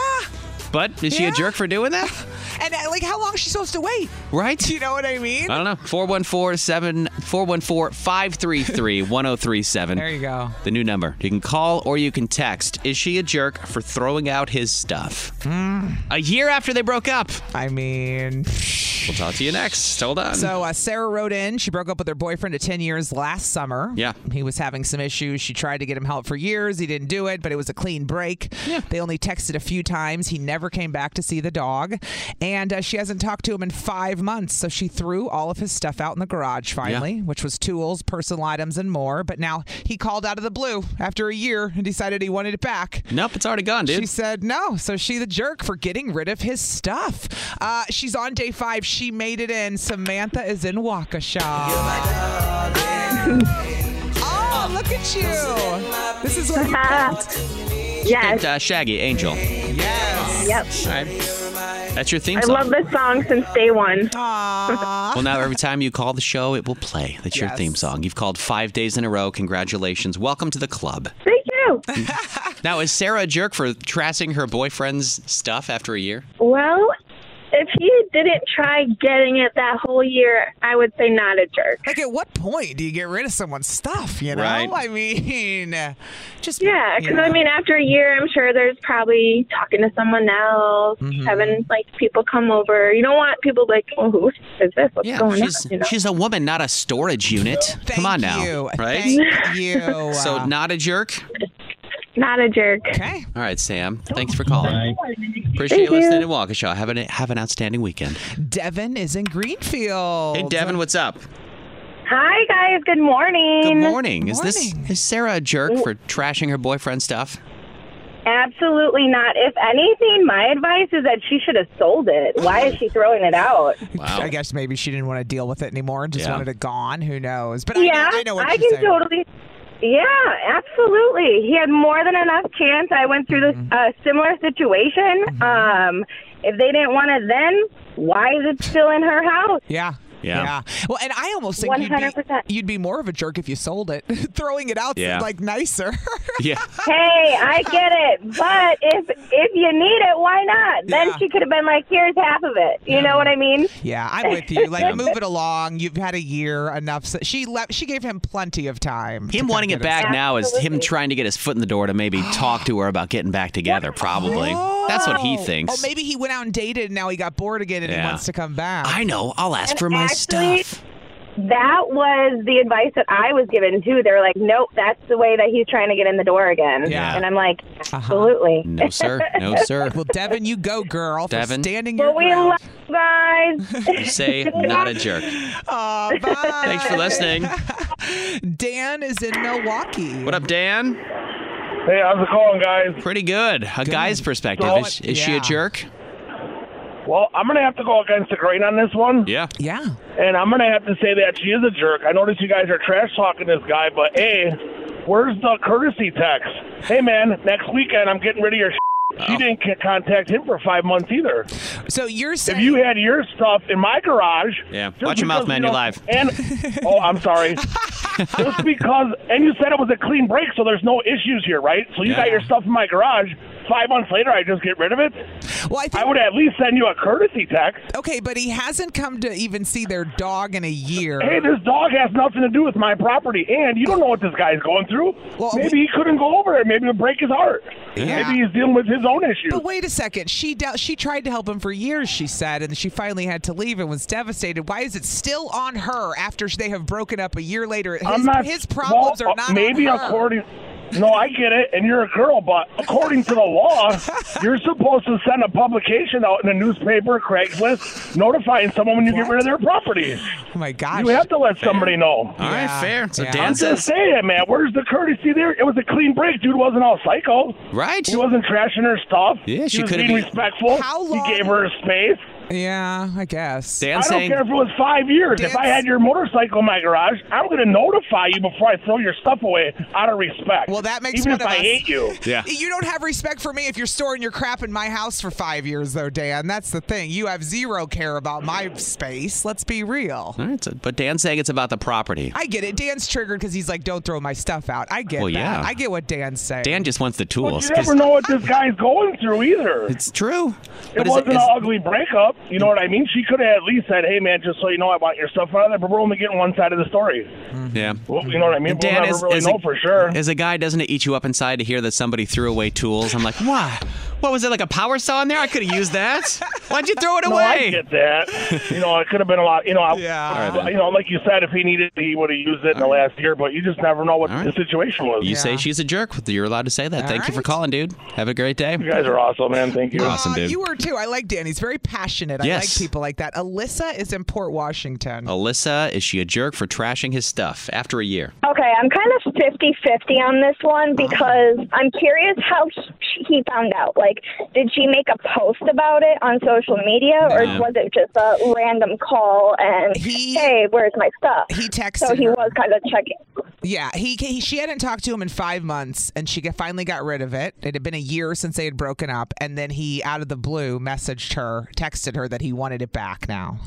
[SPEAKER 3] But is she
[SPEAKER 2] Yeah.
[SPEAKER 3] a jerk for doing that?
[SPEAKER 2] and uh, like how long is she supposed to wait
[SPEAKER 3] Right?
[SPEAKER 2] do you know what i mean
[SPEAKER 3] I don't know. 414 7 414 533 1037.
[SPEAKER 2] there you go
[SPEAKER 3] The new number. You can call or you can text. Is she a jerk for throwing out his stuff? Uh, A year after they broke up.
[SPEAKER 2] i mean
[SPEAKER 3] We'll talk to you next. Hold on.
[SPEAKER 2] So uh, Sarah wrote in. She broke up with her boyfriend of 10 years last summer.
[SPEAKER 3] Yeah.
[SPEAKER 2] He was having some issues. She tried to get him help for years. He didn't do it, but it was a clean break.
[SPEAKER 3] Yeah.
[SPEAKER 2] They only texted a few times. He never came back to see the dog. And uh, she hasn't talked to him in five months. So she threw all of his stuff out in the garage finally, which was tools, personal items, and more. But now he called out of the blue after a year and decided he wanted it back.
[SPEAKER 3] nope, it's already gone, dude.
[SPEAKER 2] She said no. So she the jerk for getting rid of his stuff. Uh, she's on day five. She made it in. Samantha is in Waukesha. oh, look at you. This is where you
[SPEAKER 3] And,
[SPEAKER 8] Yes.
[SPEAKER 3] uh, Shaggy, Angel.
[SPEAKER 2] Yes.
[SPEAKER 8] Yep.
[SPEAKER 3] That's your theme
[SPEAKER 8] I
[SPEAKER 3] song.
[SPEAKER 8] love this song since day one.
[SPEAKER 2] Aw.
[SPEAKER 3] Well, now every time you call the show, it will play. That's your
[SPEAKER 2] Yes.
[SPEAKER 3] theme song. You've called five days in a row. Congratulations. Welcome to the club.
[SPEAKER 8] Thank you.
[SPEAKER 3] Now, is Sarah a jerk for trashing her boyfriend's stuff after a year?
[SPEAKER 8] Well, if he didn't try getting it that whole year, I would say not a jerk.
[SPEAKER 2] Like, at what point do you get rid of someone's stuff? You know,
[SPEAKER 3] Right.
[SPEAKER 2] I mean, just
[SPEAKER 8] Yeah, because I mean, after a year, I'm sure there's probably talking to someone else,
[SPEAKER 3] Mm-hmm.
[SPEAKER 8] having like people come over. You don't want people like, oh, who is this? What's
[SPEAKER 3] Yeah,
[SPEAKER 8] going
[SPEAKER 3] she's
[SPEAKER 8] on? You know?
[SPEAKER 3] she's a woman, not a storage unit.
[SPEAKER 2] Thank
[SPEAKER 3] Come on now,
[SPEAKER 2] you.
[SPEAKER 3] right?
[SPEAKER 2] Thank you.
[SPEAKER 3] So
[SPEAKER 2] Uh,
[SPEAKER 3] not a jerk.
[SPEAKER 8] Not a jerk.
[SPEAKER 2] okay.
[SPEAKER 3] All right, Sam. Thanks for calling. Appreciate
[SPEAKER 8] Thank
[SPEAKER 3] you listening
[SPEAKER 8] you.
[SPEAKER 3] to Waukesha. Have an have an outstanding weekend.
[SPEAKER 2] Devin is in Greenfield.
[SPEAKER 3] Hey, Devin, what's up?
[SPEAKER 8] Hi, guys. Good morning.
[SPEAKER 3] Good morning. Is this
[SPEAKER 2] morning.
[SPEAKER 3] is Sarah a jerk for trashing her boyfriend's stuff?
[SPEAKER 8] Absolutely not. If anything, my advice is that she should have sold it. Why is she throwing it out?
[SPEAKER 3] Wow.
[SPEAKER 2] I guess maybe she didn't want to deal with it anymore and just
[SPEAKER 3] Yeah.
[SPEAKER 2] wanted it gone. Who knows? But
[SPEAKER 8] yeah,
[SPEAKER 2] I know, I know what she's
[SPEAKER 8] can
[SPEAKER 2] saying.
[SPEAKER 8] totally. Yeah, absolutely. He had more than enough chance. I went through
[SPEAKER 2] Mm-hmm.
[SPEAKER 8] this uh, similar situation. Um, if they didn't want it then, why is it still in her house?
[SPEAKER 2] Yeah.
[SPEAKER 3] Yeah.
[SPEAKER 2] Well, and I almost think you would be,
[SPEAKER 8] 100%.
[SPEAKER 2] you'd be more of a jerk if you sold it. Throwing it out
[SPEAKER 3] Yeah.
[SPEAKER 2] seemed like nicer.
[SPEAKER 3] Yeah.
[SPEAKER 8] Hey, I get it, but if if you need it, why not? Then
[SPEAKER 2] Yeah.
[SPEAKER 8] she could have been like, "Here's half of it." You know what I mean?
[SPEAKER 2] yeah, I'm with you. Like move it along. You've had a year enough. So she left she gave him plenty of time. to
[SPEAKER 3] Him
[SPEAKER 2] come
[SPEAKER 3] wanting
[SPEAKER 2] get
[SPEAKER 3] it
[SPEAKER 2] his-
[SPEAKER 3] back now is him
[SPEAKER 8] Absolutely.
[SPEAKER 3] trying to get his foot in the door to maybe talk to her about getting back together, probably. That's what he
[SPEAKER 2] Oh.
[SPEAKER 3] thinks.
[SPEAKER 2] Oh, maybe he went out and dated and now he got bored again and he
[SPEAKER 3] Yeah.
[SPEAKER 2] wants to come back.
[SPEAKER 3] I know. I'll ask
[SPEAKER 8] And
[SPEAKER 3] for my
[SPEAKER 8] actually-
[SPEAKER 3] stuff.
[SPEAKER 8] That was the advice that I was given too. They were like, "Nope, that's the way that he's trying to get in the door again."
[SPEAKER 2] Yeah. Uh-huh.
[SPEAKER 8] And I'm like, "Absolutely."
[SPEAKER 3] No, sir. No, sir.
[SPEAKER 2] well, Devin, you go, girl.
[SPEAKER 3] Devin?
[SPEAKER 2] For standing your
[SPEAKER 8] But we
[SPEAKER 2] ground.
[SPEAKER 8] love you guys.
[SPEAKER 3] You say not a jerk.
[SPEAKER 2] Aw, bye.
[SPEAKER 3] Thanks for listening.
[SPEAKER 2] Dan is in Milwaukee.
[SPEAKER 3] What up, Dan?
[SPEAKER 7] Hey, how's it going, guys?
[SPEAKER 3] Pretty good. A guy's perspective. Is, is she
[SPEAKER 2] Yeah.
[SPEAKER 3] a jerk?
[SPEAKER 7] Well, I'm going to have to go against the grain on this one.
[SPEAKER 3] Yeah.
[SPEAKER 2] Yeah.
[SPEAKER 7] And I'm going to have to say that she is a jerk. I notice you guys are trash talking this guy, but hey, where's the courtesy text? Hey, man, next weekend I'm getting rid of your. She
[SPEAKER 3] Oh.
[SPEAKER 7] didn't c- contact him for five months either.
[SPEAKER 2] So you're
[SPEAKER 7] If
[SPEAKER 2] saying
[SPEAKER 7] you had your stuff in my garage,
[SPEAKER 3] Yeah.
[SPEAKER 7] just
[SPEAKER 3] Watch your mouth,
[SPEAKER 7] because
[SPEAKER 3] man,
[SPEAKER 7] you
[SPEAKER 3] you're
[SPEAKER 7] don't- And
[SPEAKER 3] live.
[SPEAKER 7] oh, I'm sorry. just because, and you said it was a clean break, so there's no issues here, right? So you
[SPEAKER 3] Yeah.
[SPEAKER 7] got your stuff in my garage. Five months later, I just get rid of it.
[SPEAKER 2] well, I think
[SPEAKER 7] I would at least send you a courtesy text.
[SPEAKER 2] okay, but he hasn't come to even see their dog in a year.
[SPEAKER 7] Hey, this dog has nothing to do with my property, and you don't know what this guy's going through.
[SPEAKER 2] Well,
[SPEAKER 7] Maybe he couldn't go over it. Maybe it'll break his heart.
[SPEAKER 2] Yeah.
[SPEAKER 7] Maybe he's dealing with his own issues.
[SPEAKER 2] But wait a second. She de- she tried to help him for years. She said, and she finally had to leave and was devastated. Why is it still on her after they have broken up a year later? His,
[SPEAKER 7] I'm not.
[SPEAKER 2] his problems
[SPEAKER 7] well,
[SPEAKER 2] are
[SPEAKER 7] uh,
[SPEAKER 2] not. on
[SPEAKER 7] Maybe
[SPEAKER 2] her.
[SPEAKER 7] according. No, I get it, and you're a girl, but according to the law, you're supposed to send a publication out in a newspaper, Craigslist, notifying someone when you get rid of their property.
[SPEAKER 2] Oh my gosh.
[SPEAKER 7] You have to let somebody know.
[SPEAKER 3] All right,
[SPEAKER 2] Yeah.
[SPEAKER 3] fair. So
[SPEAKER 2] Yeah.
[SPEAKER 3] Dan
[SPEAKER 2] I'm
[SPEAKER 7] Just
[SPEAKER 3] says,
[SPEAKER 7] say it, man. Where's the courtesy there? It was a clean break. Dude wasn't all psycho.
[SPEAKER 3] right?
[SPEAKER 7] He wasn't trashing her stuff.
[SPEAKER 3] Yeah, she
[SPEAKER 7] he was
[SPEAKER 3] could've
[SPEAKER 7] being
[SPEAKER 3] been-
[SPEAKER 7] respectful.
[SPEAKER 2] How long-
[SPEAKER 7] He gave her her space.
[SPEAKER 2] Yeah, I guess.
[SPEAKER 3] Dan
[SPEAKER 7] I'm I do not
[SPEAKER 3] saying,
[SPEAKER 7] care if it was five years. If I
[SPEAKER 2] Dance-
[SPEAKER 7] had your motorcycle in my garage, I'm going to notify you before I throw your stuff away out of respect.
[SPEAKER 2] Well, that makes
[SPEAKER 7] even
[SPEAKER 2] one
[SPEAKER 7] if
[SPEAKER 2] of
[SPEAKER 7] I
[SPEAKER 2] us.
[SPEAKER 7] hate you.
[SPEAKER 3] yeah.
[SPEAKER 2] You don't have respect for me if you're storing your crap in my house for five years, though, Dan. That's the thing. You have zero care about my space. Let's be real.
[SPEAKER 3] All right, so, but Dan's saying it's about the property.
[SPEAKER 2] I get it. Dan's triggered because he's like, "Don't throw my stuff out." I get
[SPEAKER 3] Well,
[SPEAKER 2] that.
[SPEAKER 3] yeah.
[SPEAKER 2] I get what Dan's saying.
[SPEAKER 3] Dan just wants the
[SPEAKER 7] But
[SPEAKER 3] tools.
[SPEAKER 7] you never
[SPEAKER 3] 'cause
[SPEAKER 7] know what this guy's going through either.
[SPEAKER 3] It's true.
[SPEAKER 7] It
[SPEAKER 3] is
[SPEAKER 7] wasn't
[SPEAKER 3] is-
[SPEAKER 7] an ugly breakup. You know what I mean? She could have at least said, hey, man, just so you know, I want your stuff out of there, but we're only getting one side of the story.
[SPEAKER 3] yeah.
[SPEAKER 7] Well, you know what I mean?
[SPEAKER 3] And
[SPEAKER 7] we'll never
[SPEAKER 3] as-
[SPEAKER 7] really
[SPEAKER 3] as
[SPEAKER 7] know for sure.
[SPEAKER 3] As a guy, doesn't it eat you up inside to hear that somebody threw away tools? I'm like, why? What was it like a power saw in there? I could have used that. Why'd you throw it
[SPEAKER 7] No, I
[SPEAKER 3] away?
[SPEAKER 7] get that. You know, it could have been a lot. You know, I,
[SPEAKER 2] Yeah. All
[SPEAKER 3] right, then.
[SPEAKER 7] you know, like you said, if he needed, it, he would have used it in the last year. But you just never know what
[SPEAKER 3] All right.
[SPEAKER 7] the situation was.
[SPEAKER 3] you
[SPEAKER 7] You,
[SPEAKER 3] say she's a jerk. You're allowed to say that.
[SPEAKER 2] All
[SPEAKER 3] Thank you for
[SPEAKER 2] right.
[SPEAKER 3] calling, dude. Have a great day.
[SPEAKER 7] guys are awesome, man. Thank you.
[SPEAKER 3] Awesome,
[SPEAKER 2] Uh,
[SPEAKER 3] dude.
[SPEAKER 2] You were too. I like Dan. He's very passionate. I
[SPEAKER 3] Yes.
[SPEAKER 2] like people like that. Alyssa is in Port Washington.
[SPEAKER 3] Alyssa, is she a jerk for trashing his stuff after a year?
[SPEAKER 8] Okay, I'm kind of 50 50 on this one because I'm curious how he, he found out. Like, did she make a post about it on social media or
[SPEAKER 3] No.
[SPEAKER 8] was it just a random call and,
[SPEAKER 2] He-
[SPEAKER 8] hey, where's my stuff?
[SPEAKER 2] He texted.
[SPEAKER 8] so he
[SPEAKER 2] her.
[SPEAKER 8] was kind of checking.
[SPEAKER 2] Yeah, he, he she hadn't talked to him in five months, and she got- finally got rid of it. It had been a year since they had broken up, and then he, out of the blue, messaged her, texted her that he wanted it back now.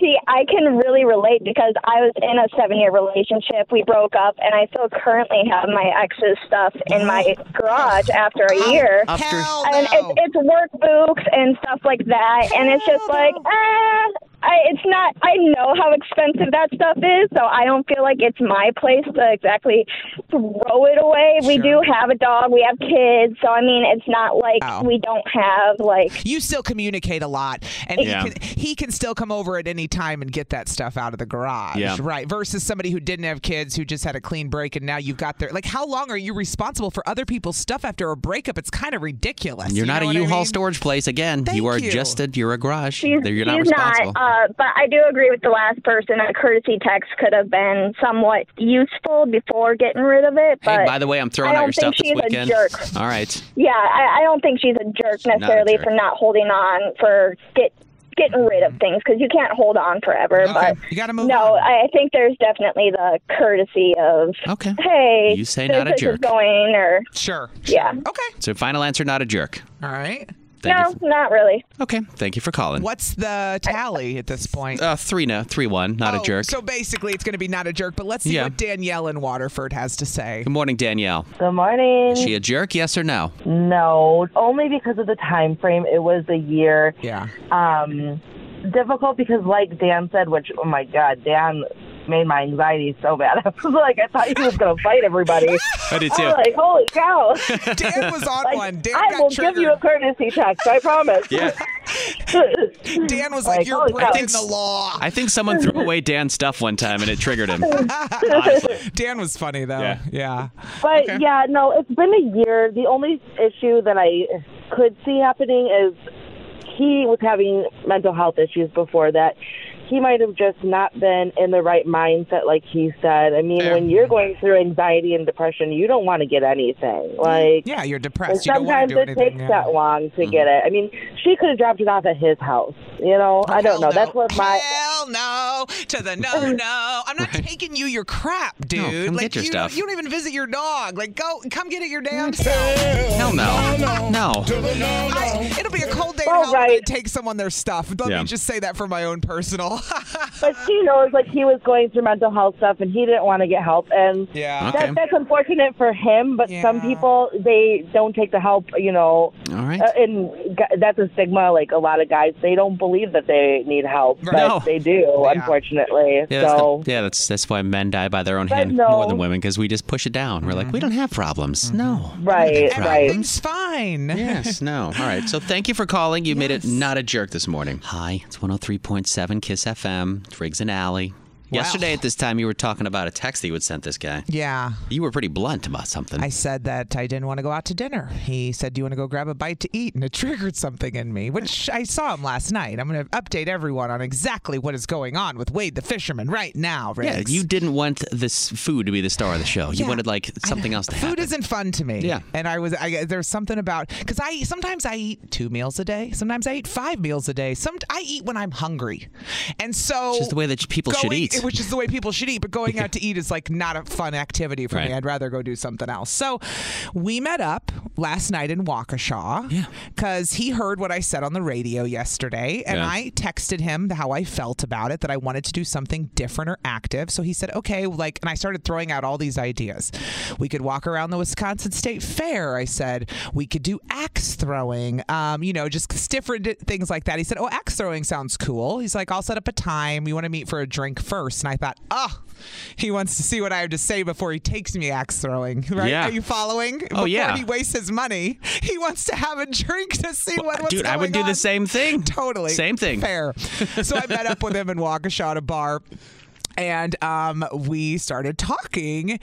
[SPEAKER 8] See, I can really relate because I was in a seven year relationship. We broke up, and I still currently have my ex's stuff in my garage after a year.
[SPEAKER 2] Hell
[SPEAKER 8] and
[SPEAKER 2] no.
[SPEAKER 8] it's, it's work books and stuff like that and it's just like ah, I, it's not i know how expensive that stuff is so i don't feel like it's my place to exactly throw it away we do have a dog we have kids so i mean it's not like
[SPEAKER 2] Oh.
[SPEAKER 8] we don't have like
[SPEAKER 2] you still communicate a lot, and
[SPEAKER 3] Yeah.
[SPEAKER 2] he, can, he can still come over at any time and get that stuff out of the garage,
[SPEAKER 3] Yeah.
[SPEAKER 2] right? Versus somebody who didn't have kids, who just had a clean break, and now you've got their like. How long are you responsible for other people's stuff after a breakup? It's kind of ridiculous. you
[SPEAKER 3] You're not
[SPEAKER 2] know
[SPEAKER 3] a
[SPEAKER 2] what I
[SPEAKER 3] U-Haul
[SPEAKER 2] mean?
[SPEAKER 3] storage place again.
[SPEAKER 2] Thank
[SPEAKER 3] you are
[SPEAKER 2] you.
[SPEAKER 3] just a you're a garage.
[SPEAKER 8] she's,
[SPEAKER 3] There- you're not
[SPEAKER 8] she's
[SPEAKER 3] responsible.
[SPEAKER 8] uh, but i do agree with the last person a courtesy text could have been somewhat useful before getting rid of it but
[SPEAKER 3] hey, by the way, I'm
[SPEAKER 8] I
[SPEAKER 3] throwing out
[SPEAKER 8] don't
[SPEAKER 3] your stuff
[SPEAKER 8] think
[SPEAKER 3] this
[SPEAKER 8] she's a
[SPEAKER 3] weekend.
[SPEAKER 8] jerk.
[SPEAKER 3] All right.
[SPEAKER 8] Yeah, I, I don't think she's a jerk
[SPEAKER 3] not a
[SPEAKER 8] necessarily
[SPEAKER 3] jerk.
[SPEAKER 8] for not holding on for get getting rid of things because you can't hold on forever.
[SPEAKER 2] Okay,
[SPEAKER 8] But
[SPEAKER 2] you gotta move
[SPEAKER 8] No,
[SPEAKER 2] on.
[SPEAKER 8] I I think there's definitely the courtesy of
[SPEAKER 3] Okay.
[SPEAKER 8] hey,
[SPEAKER 3] You say
[SPEAKER 8] this-
[SPEAKER 3] not a
[SPEAKER 8] this is
[SPEAKER 3] jerk.
[SPEAKER 8] going or
[SPEAKER 2] Sure.
[SPEAKER 8] Yeah.
[SPEAKER 2] sure. Okay.
[SPEAKER 3] So final answer, not a jerk.
[SPEAKER 2] All right.
[SPEAKER 3] Thank
[SPEAKER 8] no,
[SPEAKER 3] you.
[SPEAKER 8] not really.
[SPEAKER 3] For, okay. Thank you for calling.
[SPEAKER 2] What's the tally at this point?
[SPEAKER 3] Uh, three no, three one, not
[SPEAKER 2] Oh,
[SPEAKER 3] a jerk.
[SPEAKER 2] So basically, it's going to be not a jerk, but let's see
[SPEAKER 3] Yeah.
[SPEAKER 2] what Danielle in Waterford has to say.
[SPEAKER 3] Good morning, Danielle.
[SPEAKER 9] Good morning.
[SPEAKER 3] Is she a jerk? Yes or no?
[SPEAKER 9] no, only because of the time frame. It was a year.
[SPEAKER 2] Yeah.
[SPEAKER 9] Um, difficult because, like Dan said, which oh my god, Dan made my anxiety so bad. I was like, I thought he was gonna fight everybody.
[SPEAKER 3] I did
[SPEAKER 9] I was like, holy cow!
[SPEAKER 2] Dan was on
[SPEAKER 9] Like,
[SPEAKER 2] one. Dan
[SPEAKER 9] I
[SPEAKER 2] got
[SPEAKER 9] will
[SPEAKER 2] triggered.
[SPEAKER 9] give you a courtesy text. I promise.
[SPEAKER 3] Yeah.
[SPEAKER 2] Dan was
[SPEAKER 9] Like,
[SPEAKER 2] like, "You're
[SPEAKER 9] holy cow. I
[SPEAKER 2] breaking
[SPEAKER 9] think-
[SPEAKER 2] the law."
[SPEAKER 3] I think someone threw away Dan's stuff one time and it triggered him. Honestly.
[SPEAKER 2] Dan was funny though.
[SPEAKER 3] Yeah.
[SPEAKER 2] Yeah.
[SPEAKER 9] But yeah, no, it's been a year. The only issue that I could see happening is he was having mental health issues before that. he might have just not been in the right mindset, like he said. I mean, when you're going through anxiety and depression, you don't want to get anything. Like,
[SPEAKER 2] yeah, you're
[SPEAKER 9] and
[SPEAKER 2] depressed. You don't want
[SPEAKER 9] sometimes
[SPEAKER 2] to do
[SPEAKER 9] it
[SPEAKER 2] anything.
[SPEAKER 9] takes
[SPEAKER 2] yeah. Mm-hmm.
[SPEAKER 9] that long to get it. I mean, she could have dropped it off at his house. You know, I don't know. That's what my
[SPEAKER 2] hell no to the
[SPEAKER 3] Oh.
[SPEAKER 2] no no. I'm not taking you your crap, dude.
[SPEAKER 3] come
[SPEAKER 2] like
[SPEAKER 3] get your
[SPEAKER 2] you,
[SPEAKER 3] stuff.
[SPEAKER 2] you don't even visit your dog. Like go come get it your damn self.
[SPEAKER 3] Hell no. No.
[SPEAKER 2] I- it'll be a cold day in hell when I take someone their stuff. Let
[SPEAKER 3] Yeah.
[SPEAKER 2] me just say that for my own personal.
[SPEAKER 9] but she knows like he was going through mental health stuff and he didn't want to get help and
[SPEAKER 2] Yeah.
[SPEAKER 9] that,
[SPEAKER 2] Okay.
[SPEAKER 9] that's unfortunate for him but some people they don't take the help you know
[SPEAKER 3] All right.
[SPEAKER 9] uh, and gu- that's a stigma like a lot of guys they don't believe that they need help but
[SPEAKER 3] No.
[SPEAKER 9] they do unfortunately
[SPEAKER 3] Yeah, that's,
[SPEAKER 9] so
[SPEAKER 3] the- yeah, that's that's why men die by their own
[SPEAKER 9] But
[SPEAKER 3] hand
[SPEAKER 9] no. Mm-hmm.
[SPEAKER 3] more than women because we just push it down. We're like, we don't have problems. No.
[SPEAKER 9] right right
[SPEAKER 2] Everything's fine.
[SPEAKER 3] Yes, no. All right. So thank you for calling. You made it not a jerk this morning. Hi, it's 103.7 Kiss FM, it's Riggs and Alley. Yesterday at this time, you were talking about a text that you had sent this guy.
[SPEAKER 2] Yeah.
[SPEAKER 3] You were pretty blunt about something.
[SPEAKER 2] I said that I didn't want to go out to dinner. He said, "Do you want to go grab a bite to eat?" And it triggered something in me, which I saw him last night. I'm going to update everyone on exactly what is going on with Wade the fisherman right now. Riggs.
[SPEAKER 3] yeah, you didn't want this food to be the star of the show. You
[SPEAKER 2] Yeah.
[SPEAKER 3] wanted like something else to happen.
[SPEAKER 2] Food isn't fun to me. Yeah. And I was, I, there's something about, because I eat- sometimes I eat two meals a day. Sometimes I eat five meals a day. Some I eat when I'm hungry. And so.
[SPEAKER 3] Which is the way that people should
[SPEAKER 2] going-
[SPEAKER 3] eat.
[SPEAKER 2] Which is the way people should eat. But going out to eat is like not a fun activity for
[SPEAKER 3] Right.
[SPEAKER 2] me. I'd rather go do something else. So we met up last night in Waukesha. Because he heard what I said on the radio yesterday. And
[SPEAKER 10] Yeah.
[SPEAKER 2] I texted him how I felt about it, that I wanted to do something different or active. So he said, okay, like, and I started throwing out all these ideas. We could walk around the Wisconsin State Fair. I said, we could do axe throwing, um, you know, just different di- things like that. He said, oh, axe throwing sounds cool. He's like, I'll set up a time. We want to meet for a drink first. And I thought, oh, he wants to see what I have to say before he takes me axe throwing, right?
[SPEAKER 3] Yeah.
[SPEAKER 2] Are you following?
[SPEAKER 3] Oh,
[SPEAKER 2] before
[SPEAKER 3] yeah.
[SPEAKER 2] he wastes his money, he wants to have a drink to see what what's
[SPEAKER 3] Dude, I would
[SPEAKER 2] going
[SPEAKER 3] do
[SPEAKER 2] on.
[SPEAKER 3] the same thing.
[SPEAKER 2] Totally.
[SPEAKER 3] Same thing.
[SPEAKER 2] Fair. So I met up with him in Waukesha at a bar. And um, we started talking,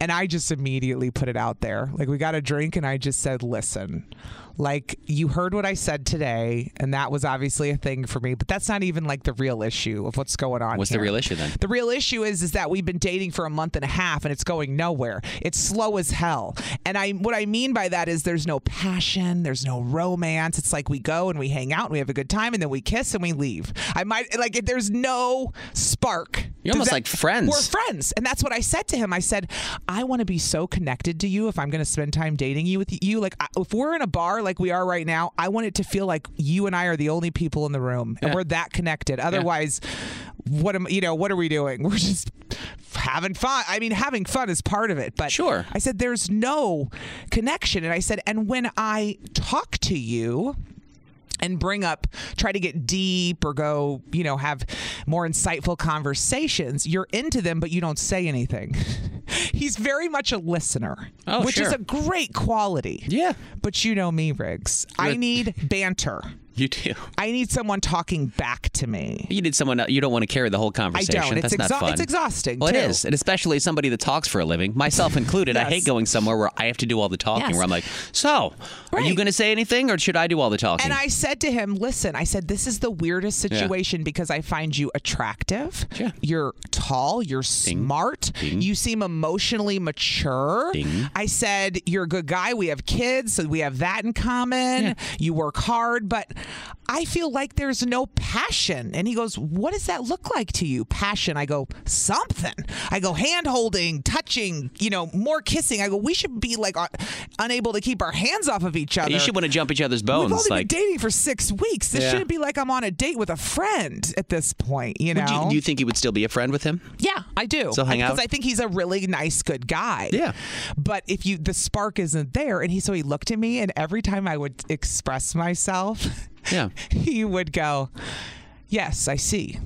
[SPEAKER 2] and I just immediately put it out there. Like, we got a drink, and I just said, Listen, like, you heard what I said today, and that was obviously a thing for me, but that's not even like the real issue of what's going on.
[SPEAKER 3] What's the
[SPEAKER 2] here.
[SPEAKER 3] real issue then?
[SPEAKER 2] The real issue is is that we've been dating for a month and a half and it's going nowhere. It's slow as hell. And I what I mean by that is there's no passion, there's no romance. It's like we go and we hang out and we have a good time and then we kiss and we leave. I might like if there's no spark.
[SPEAKER 3] You're
[SPEAKER 2] Does
[SPEAKER 3] almost like friends.
[SPEAKER 2] We're friends. And that's what I said to him. I said, I want to be so connected to you if I'm going to spend time dating you with you. Like, I, if we're in a bar like we are right now, I want it to feel like you and I are the only people in the room and
[SPEAKER 3] Yeah.
[SPEAKER 2] we're that connected. Otherwise, what am, you know, what are we doing? We're just having fun. I mean, having fun is part of it, but sure. I said, there's no connection. And I said, and when I talk to you, and bring up, try to get deep or go, you know, have more insightful conversations. You're into them, but you don't say anything. He's very much a listener,
[SPEAKER 3] Oh,
[SPEAKER 2] which is
[SPEAKER 3] sure.
[SPEAKER 2] a great quality.
[SPEAKER 3] Yeah.
[SPEAKER 2] But you know me, Riggs. I
[SPEAKER 3] You're-
[SPEAKER 2] need banter.
[SPEAKER 3] You do.
[SPEAKER 2] I need someone talking back to me.
[SPEAKER 3] You need someone. You don't want to carry the whole conversation.
[SPEAKER 2] It's
[SPEAKER 3] That's
[SPEAKER 2] exau-
[SPEAKER 3] not fun.
[SPEAKER 2] it's exhausting,
[SPEAKER 3] Well, it
[SPEAKER 2] too.
[SPEAKER 3] is, and especially somebody that talks for a living, myself included. I hate
[SPEAKER 2] Yes.
[SPEAKER 3] going somewhere where I have to do all the talking.
[SPEAKER 2] Yes.
[SPEAKER 3] Where I'm like, so, are you going to say anything, or should I do all the talking?
[SPEAKER 2] And I said to him, listen, I said, this is the weirdest
[SPEAKER 3] Yeah.
[SPEAKER 2] situation because I find you attractive. You're tall. You're smart. You seem emotionally mature. I said, you're a good guy. We have kids, so we have that in common. You work hard, but I feel like there's no passion. And he goes, what does that look like to you? Passion. I go, something. I go, hand holding, touching, you know, more kissing. I go, we should be like uh, unable to keep our hands off of each other.
[SPEAKER 3] you should want to jump each other's bones.
[SPEAKER 2] We've only
[SPEAKER 3] like,
[SPEAKER 2] been dating for six weeks. This
[SPEAKER 3] Yeah.
[SPEAKER 2] shouldn't be like I'm on a date with a friend at this point, you know?
[SPEAKER 3] would you, do you think you would still be a friend with him?
[SPEAKER 2] yeah, I do.
[SPEAKER 3] So hang out?
[SPEAKER 2] because I think he's a really nice, good guy.
[SPEAKER 3] Yeah.
[SPEAKER 2] But if you the spark isn't there, and he so he looked at me, and every time I would express myself,
[SPEAKER 3] yeah,
[SPEAKER 2] he would go, "Yes, I see."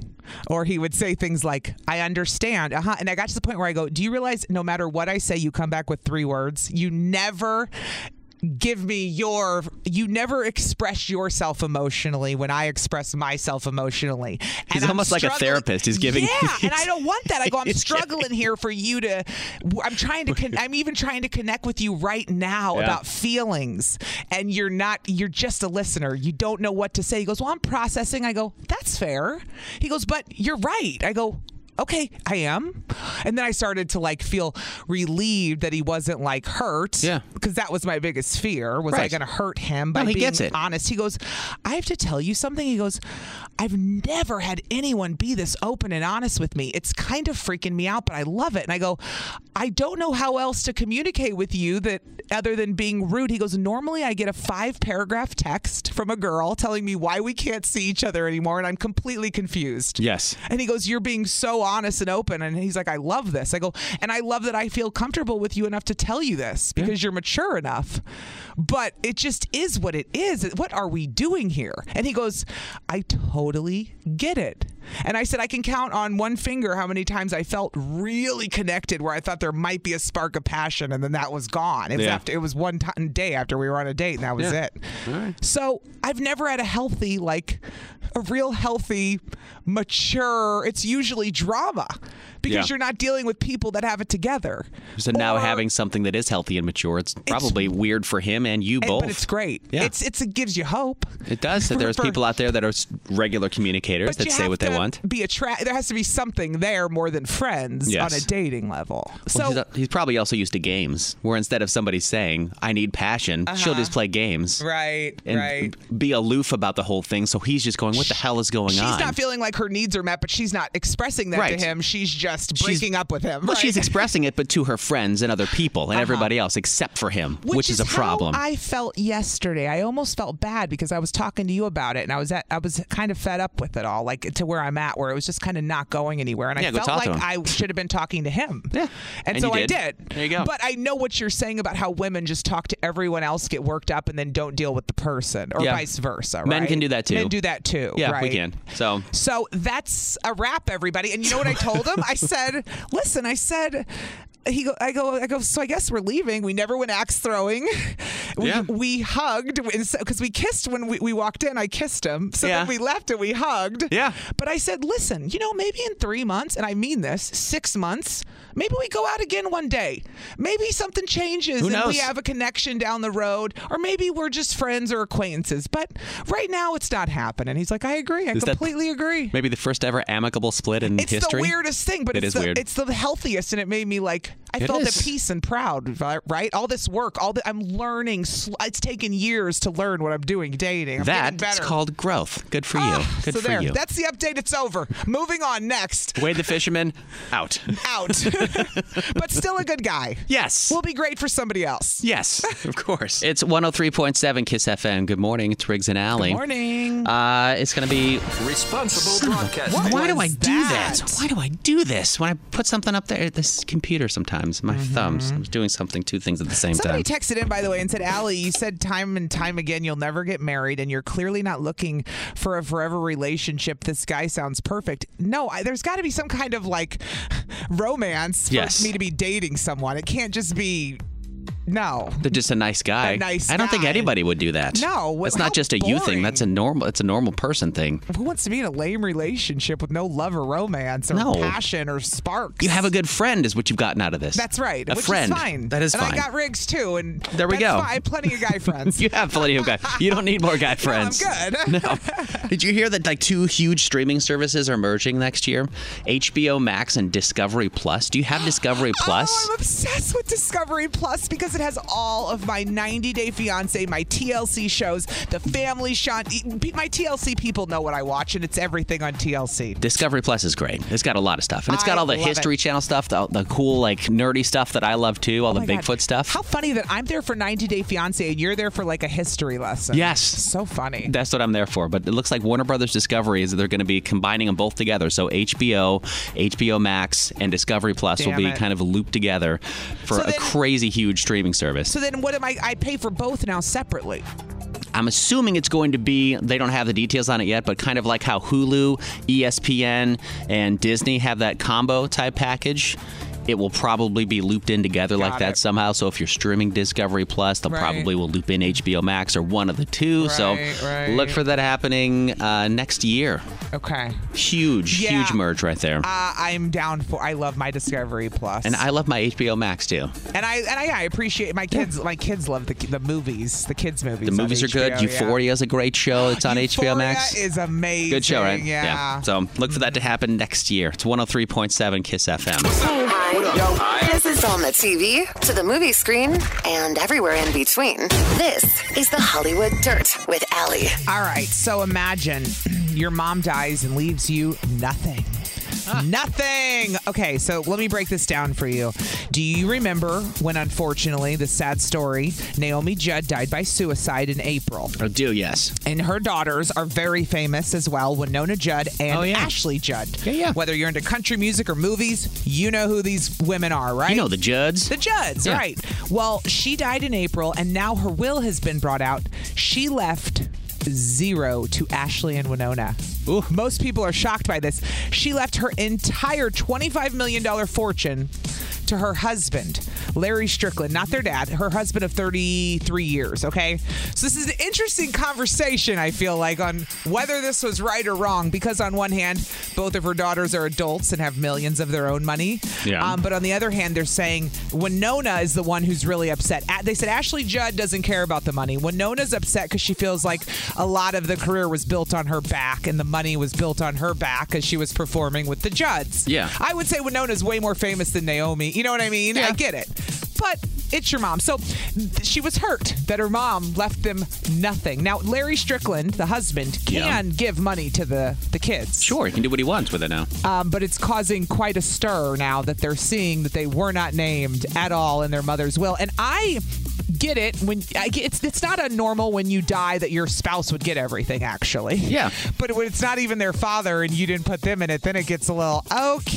[SPEAKER 2] Or he would say things like, I understand. Uh huh. And I got to the point where I go, Do you realize no matter what I say, you come back with three words? You never give me your you never express yourself emotionally when I express myself emotionally. And
[SPEAKER 3] He's
[SPEAKER 2] I'm
[SPEAKER 3] almost like a
[SPEAKER 2] struggling-
[SPEAKER 3] therapist. He's giving-
[SPEAKER 2] Yeah, and I don't want that. I go I'm
[SPEAKER 3] He's
[SPEAKER 2] struggling here for you to I'm trying to con- I'm even trying to connect with you right now
[SPEAKER 3] Yeah.
[SPEAKER 2] about feelings and you're not you're just a listener. You don't know what to say. He goes, "Well, I'm processing." I go, "That's fair." He goes, "But you're right." I go, okay, I am. And then I started to like feel relieved that he wasn't like hurt. Yeah. Because that was my biggest fear. Was I
[SPEAKER 3] Right.
[SPEAKER 2] going to hurt him by
[SPEAKER 3] No, he
[SPEAKER 2] being
[SPEAKER 3] gets it.
[SPEAKER 2] honest? He goes, I have to tell you something. He goes, I've never had anyone be this open and honest with me. It's kind of freaking me out, but I love it. And I go, I don't know how else to communicate with you that other than being rude. He goes, normally I get a five paragraph text from a girl telling me why we can't see each other anymore, and I'm completely confused.
[SPEAKER 3] Yes.
[SPEAKER 2] And he goes, You're being so honest and open. And he's like, I love this. I go, And I love that I feel comfortable with you enough to tell you this because you're mature enough. But it just is what it is. What are we doing here? And he goes, I totally get it. And I said, I can count on one finger how many times I felt really connected where I thought there might be a spark of passion. And then that was gone. It was,
[SPEAKER 10] Yeah.
[SPEAKER 2] after, it was one time, day after we were on a date, and that was
[SPEAKER 10] Yeah.
[SPEAKER 2] it. So I've never had a healthy, like a real healthy, mature. It's usually drama because
[SPEAKER 3] Yeah.
[SPEAKER 2] you're not dealing with people that have it together.
[SPEAKER 3] So now having something that is healthy and mature, it's probably weird for him and you
[SPEAKER 2] And-
[SPEAKER 3] both.
[SPEAKER 2] But it's great.
[SPEAKER 3] Yeah.
[SPEAKER 2] It's, it's it gives you hope.
[SPEAKER 3] it does. That there's
[SPEAKER 2] for-
[SPEAKER 3] people out there that are s- regular communicators
[SPEAKER 2] But
[SPEAKER 3] that
[SPEAKER 2] you
[SPEAKER 3] say
[SPEAKER 2] have
[SPEAKER 3] what they
[SPEAKER 2] to
[SPEAKER 3] want.
[SPEAKER 2] Be attra- There has to be something there more than friends
[SPEAKER 3] Yes.
[SPEAKER 2] on a dating level.
[SPEAKER 3] Well, he's, uh, he's probably also used to games where instead of somebody saying, I need passion, she'll
[SPEAKER 2] Uh-huh.
[SPEAKER 3] just play games.
[SPEAKER 2] Right.
[SPEAKER 3] And
[SPEAKER 2] right.
[SPEAKER 3] be aloof about the whole thing. So he's just going, What the hell is going
[SPEAKER 2] She's
[SPEAKER 3] on?
[SPEAKER 2] not feeling like her needs are met, but she's not expressing that
[SPEAKER 3] Right.
[SPEAKER 2] to him. She's just
[SPEAKER 3] She's-
[SPEAKER 2] breaking up with him.
[SPEAKER 3] Well,
[SPEAKER 2] right? Uh-huh.
[SPEAKER 3] she's expressing it, but to her friends and other people and everybody else except for him, which, is, a
[SPEAKER 2] how
[SPEAKER 3] problem.
[SPEAKER 2] I felt yesterday. I almost felt bad because I was talking to you about it, and I was at, I was kind of fed up with it all, like to where I'm at, where it was just kind of not going anywhere, and
[SPEAKER 3] Yeah,
[SPEAKER 2] I
[SPEAKER 3] go
[SPEAKER 2] felt
[SPEAKER 3] talk to
[SPEAKER 2] like
[SPEAKER 3] him.
[SPEAKER 2] I should have been talking to him. Yeah, and,
[SPEAKER 3] And
[SPEAKER 2] so
[SPEAKER 3] you
[SPEAKER 2] I
[SPEAKER 3] did.
[SPEAKER 2] did.
[SPEAKER 3] There you go.
[SPEAKER 2] But I know what you're saying about how women just talk to everyone else, get worked up, and then don't deal with the person, or
[SPEAKER 3] Yeah.
[SPEAKER 2] vice versa.
[SPEAKER 3] Men
[SPEAKER 2] right?
[SPEAKER 3] can do that too.
[SPEAKER 2] Men do that too.
[SPEAKER 3] Yeah, we
[SPEAKER 2] right?
[SPEAKER 3] can. So
[SPEAKER 2] So that's a wrap, everybody. And you know what I told him? I said, "Listen," I said. He go, I go, I go. So I guess we're leaving. We never went axe throwing. We,
[SPEAKER 3] Yeah.
[SPEAKER 2] we hugged because we kissed when we, we walked in. I kissed him. So
[SPEAKER 3] Yeah.
[SPEAKER 2] then we left and we hugged.
[SPEAKER 3] Yeah.
[SPEAKER 2] But I said, listen, you know, maybe in three months, and I mean this, six months, maybe we go out again one day. Maybe something changes
[SPEAKER 3] Who
[SPEAKER 2] and we
[SPEAKER 3] knows?
[SPEAKER 2] have a connection down the road, or maybe we're just friends or acquaintances. But right now, it's not happening. He's like, I agree. I
[SPEAKER 3] Is that-
[SPEAKER 2] completely agree.
[SPEAKER 3] maybe the first ever amicable split in
[SPEAKER 2] It's
[SPEAKER 3] history.
[SPEAKER 2] the weirdest thing, but
[SPEAKER 3] It
[SPEAKER 2] it's
[SPEAKER 3] is
[SPEAKER 2] the,
[SPEAKER 3] weird.
[SPEAKER 2] it's the healthiest, and it made me like I
[SPEAKER 3] It
[SPEAKER 2] felt
[SPEAKER 3] is.
[SPEAKER 2] at peace and proud. vi- Right, all this work, all the I'm learning. sl- It's taken years to learn what I'm doing dating. I'm getting
[SPEAKER 3] That's
[SPEAKER 2] better. Ah,
[SPEAKER 3] called growth. Good for you. Good
[SPEAKER 2] so
[SPEAKER 3] for
[SPEAKER 2] there.
[SPEAKER 3] you.
[SPEAKER 2] That's the update. It's over. Moving on. Next,
[SPEAKER 3] Wade the fisherman out.
[SPEAKER 2] out, but still a good guy.
[SPEAKER 3] Yes,
[SPEAKER 2] will be great for somebody else.
[SPEAKER 3] Yes, of course. It's 103.7 Kiss FM. Good morning. It's Riggs and Alley.
[SPEAKER 2] Good morning.
[SPEAKER 3] Uh, it's going to be
[SPEAKER 11] Responsible broadcasting.
[SPEAKER 3] Why, why do I do that? Why do I do this? When I put something up there, this computer sometimes, my thumbs, I'm doing something, two things at the same
[SPEAKER 2] Mm-hmm. Somebody
[SPEAKER 3] time.
[SPEAKER 2] texted in, by the way, and said, Allie, you said time and time again you'll never get married, and you're clearly not looking for a forever relationship. This guy sounds perfect. No, I, there's got to be some kind of like romance for
[SPEAKER 3] Yes.
[SPEAKER 2] me to be dating someone. It can't just be, no.
[SPEAKER 3] They're just a nice guy.
[SPEAKER 2] A nice
[SPEAKER 3] I don't think
[SPEAKER 2] guy.
[SPEAKER 3] anybody would do that.
[SPEAKER 2] No, wh-
[SPEAKER 3] that's not
[SPEAKER 2] how
[SPEAKER 3] just a you thing. That's a normal. It's a normal person thing.
[SPEAKER 2] Who wants to be in a lame relationship with no love or romance or
[SPEAKER 3] No.
[SPEAKER 2] passion or spark?
[SPEAKER 3] You have a good friend, is what you've gotten out of this.
[SPEAKER 2] That's right.
[SPEAKER 3] A
[SPEAKER 2] which
[SPEAKER 3] friend.
[SPEAKER 2] is fine.
[SPEAKER 3] That is
[SPEAKER 2] and
[SPEAKER 3] fine.
[SPEAKER 2] I got rigs too, and
[SPEAKER 3] There we
[SPEAKER 2] that's
[SPEAKER 3] go.
[SPEAKER 2] Fine. I have plenty of guy friends.
[SPEAKER 3] you have plenty of guy. You don't need more guy friends.
[SPEAKER 2] good.
[SPEAKER 3] no. Did you hear that like two huge streaming services are merging next year? HBO Max and Discovery Plus. Do you have Discovery
[SPEAKER 2] Oh,
[SPEAKER 3] Plus?
[SPEAKER 2] I'm obsessed with Discovery Plus because it has all of my 90 Day Fiance, my TLC shows, the Family Shot. E, My TLC people know what I watch, and it's everything on TLC.
[SPEAKER 3] Discovery Plus is great. It's got a lot of stuff, and it's got
[SPEAKER 2] I
[SPEAKER 3] all the
[SPEAKER 2] love it.
[SPEAKER 3] History Channel stuff, the, the cool like nerdy stuff that I love too, all
[SPEAKER 2] Oh
[SPEAKER 3] the
[SPEAKER 2] my God.
[SPEAKER 3] Bigfoot stuff.
[SPEAKER 2] How funny that I'm there for 90 Day Fiance and you're there for like a history lesson.
[SPEAKER 3] Yes.
[SPEAKER 2] So funny.
[SPEAKER 3] That's what I'm there for. But it looks like Warner Brothers Discovery is that they're going to be combining them both together. So HBO, HBO Max, and Discovery Plus will
[SPEAKER 2] Damn
[SPEAKER 3] be
[SPEAKER 2] it.
[SPEAKER 3] kind of looped together for
[SPEAKER 2] So
[SPEAKER 3] a
[SPEAKER 2] then-
[SPEAKER 3] crazy huge streaming service.
[SPEAKER 2] So then what am I? I pay for both now separately.
[SPEAKER 3] I'm assuming it's going to be, they don't have the details on it yet, but kind of like E how Hulu, ESPN, and Disney have that combo type package. It will probably be looped in together like
[SPEAKER 2] Got
[SPEAKER 3] that
[SPEAKER 2] it.
[SPEAKER 3] somehow. So if you're streaming Discovery Plus, they'll
[SPEAKER 2] Right.
[SPEAKER 3] probably will loop in HBO Max or one of the two. so
[SPEAKER 2] Right, right.
[SPEAKER 3] look for that happening uh, next year.
[SPEAKER 2] Okay.
[SPEAKER 3] Huge,
[SPEAKER 2] Yeah.
[SPEAKER 3] huge merge right there.
[SPEAKER 2] Uh, I'm down for. I love my Discovery Plus.
[SPEAKER 3] and I love my HBO Max too.
[SPEAKER 2] And I and I, I appreciate my kids. My kids love the the movies, the kids movies.
[SPEAKER 3] The
[SPEAKER 2] on
[SPEAKER 3] movies are good.
[SPEAKER 2] HBO, yeah.
[SPEAKER 3] Euphoria is a great show. It's on HBO Max.
[SPEAKER 2] Euphoria is amazing.
[SPEAKER 3] Good show, right?
[SPEAKER 2] Yeah.
[SPEAKER 3] So look for that to happen next year. It's 103.7 Kiss FM.
[SPEAKER 1] This is on the TV, to the movie screen, and everywhere in between. This is the Hollywood Dirt with Allie.
[SPEAKER 2] All right. So imagine your mom dies and leaves you nothing. Nothing. Okay, so let me break this down for you. Do you remember when, unfortunately, the sad story Naomi Judd died by suicide in April?
[SPEAKER 3] I do, yes.
[SPEAKER 2] And her daughters are very famous as well Winona Judd and
[SPEAKER 3] Oh, yeah.
[SPEAKER 2] Ashley Judd.
[SPEAKER 3] Yeah, yeah.
[SPEAKER 2] Whether you're into country music or movies, you know who these women are, right?
[SPEAKER 3] You know the Judds.
[SPEAKER 2] The Judds,
[SPEAKER 3] Yeah.
[SPEAKER 2] right. Well, she died in April, and now her will has been brought out. She left zero to Ashley and Winona. Most people are shocked by this. She left her entire $25 million fortune to her husband, Larry Strickland, not their dad, her husband of 33 years, okay? So this is an interesting conversation, I feel like, on whether this was right or wrong, because on one hand, both of her daughters are adults and have millions of their own money.
[SPEAKER 10] Yeah.
[SPEAKER 2] Um, but on the other hand, they're saying Winona is the one who's really upset. A- They said Ashley Judd doesn't care about the money. Winona's upset because she feels like a lot of the career was built on her back and the money was built on her back because she was performing with the Judds.
[SPEAKER 10] Yeah.
[SPEAKER 2] I would say Winona's way more famous than Naomi. You know what I mean? I get it. But it's your mom. So th- she was hurt that her mom left them nothing. Now, Larry Strickland, the husband,
[SPEAKER 3] Yeah.
[SPEAKER 2] can give money to the, the kids.
[SPEAKER 3] Sure, he can do what he wants with it now.
[SPEAKER 2] Um, but it's causing quite a stir now that they're seeing that they were not named at all in their mother's will. And I get it when I get, it's it's not unnormal when you die that your spouse would get everything actually. Yeah. But when it's not even their father and you didn't put them in it, then it gets a little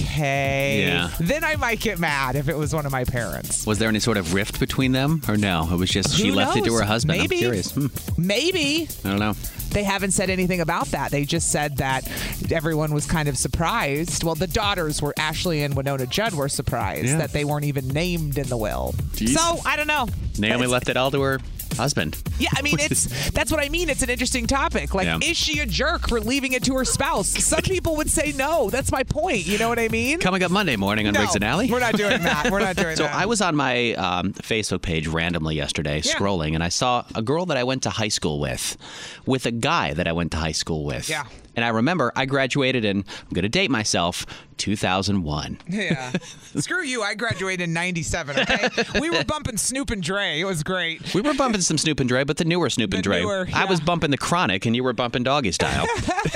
[SPEAKER 2] okay.
[SPEAKER 3] Yeah.
[SPEAKER 2] Then I might get mad if it was one of my parents.
[SPEAKER 3] Was there any sort of rift between them, or no? It was just she
[SPEAKER 2] Who
[SPEAKER 3] left it to
[SPEAKER 2] knows?
[SPEAKER 3] her husband.
[SPEAKER 2] Maybe.
[SPEAKER 3] I'm curious. Hmm.
[SPEAKER 2] Maybe
[SPEAKER 3] I don't know.
[SPEAKER 2] They haven't said anything about that. They just said that everyone was kind of surprised. Well, the daughters were Ashley and Winona Judd were surprised
[SPEAKER 3] Yeah.
[SPEAKER 2] that they weren't even named in the will. So I don't know.
[SPEAKER 3] Naomi left it all to her husband.
[SPEAKER 2] Yeah, I mean it's that's what I mean. It's an interesting topic. Like,
[SPEAKER 3] Yeah.
[SPEAKER 2] is she a jerk for leaving it to her spouse? Some people would say no. That's my point. You know what I mean?
[SPEAKER 3] Coming up Monday morning on
[SPEAKER 2] No,
[SPEAKER 3] Riggs and Alley.
[SPEAKER 2] We're not doing that. We're not doing
[SPEAKER 3] so
[SPEAKER 2] that.
[SPEAKER 3] I was on my um, Facebook page randomly yesterday
[SPEAKER 2] Yeah.
[SPEAKER 3] scrolling, and I saw a girl that I went to high school with, with a guy that I went to high school with.
[SPEAKER 2] Yeah.
[SPEAKER 3] And I remember I graduated, and I'm going to date myself, 2001.
[SPEAKER 2] Yeah. Screw you. I graduated in 97, okay? we were bumping Snoop and Dre. It was great.
[SPEAKER 3] We were bumping some Snoop and Dre, but the newer Snoop and Dre.
[SPEAKER 2] newer,
[SPEAKER 3] I was bumping the Chronic, and you were bumping Doggy Style.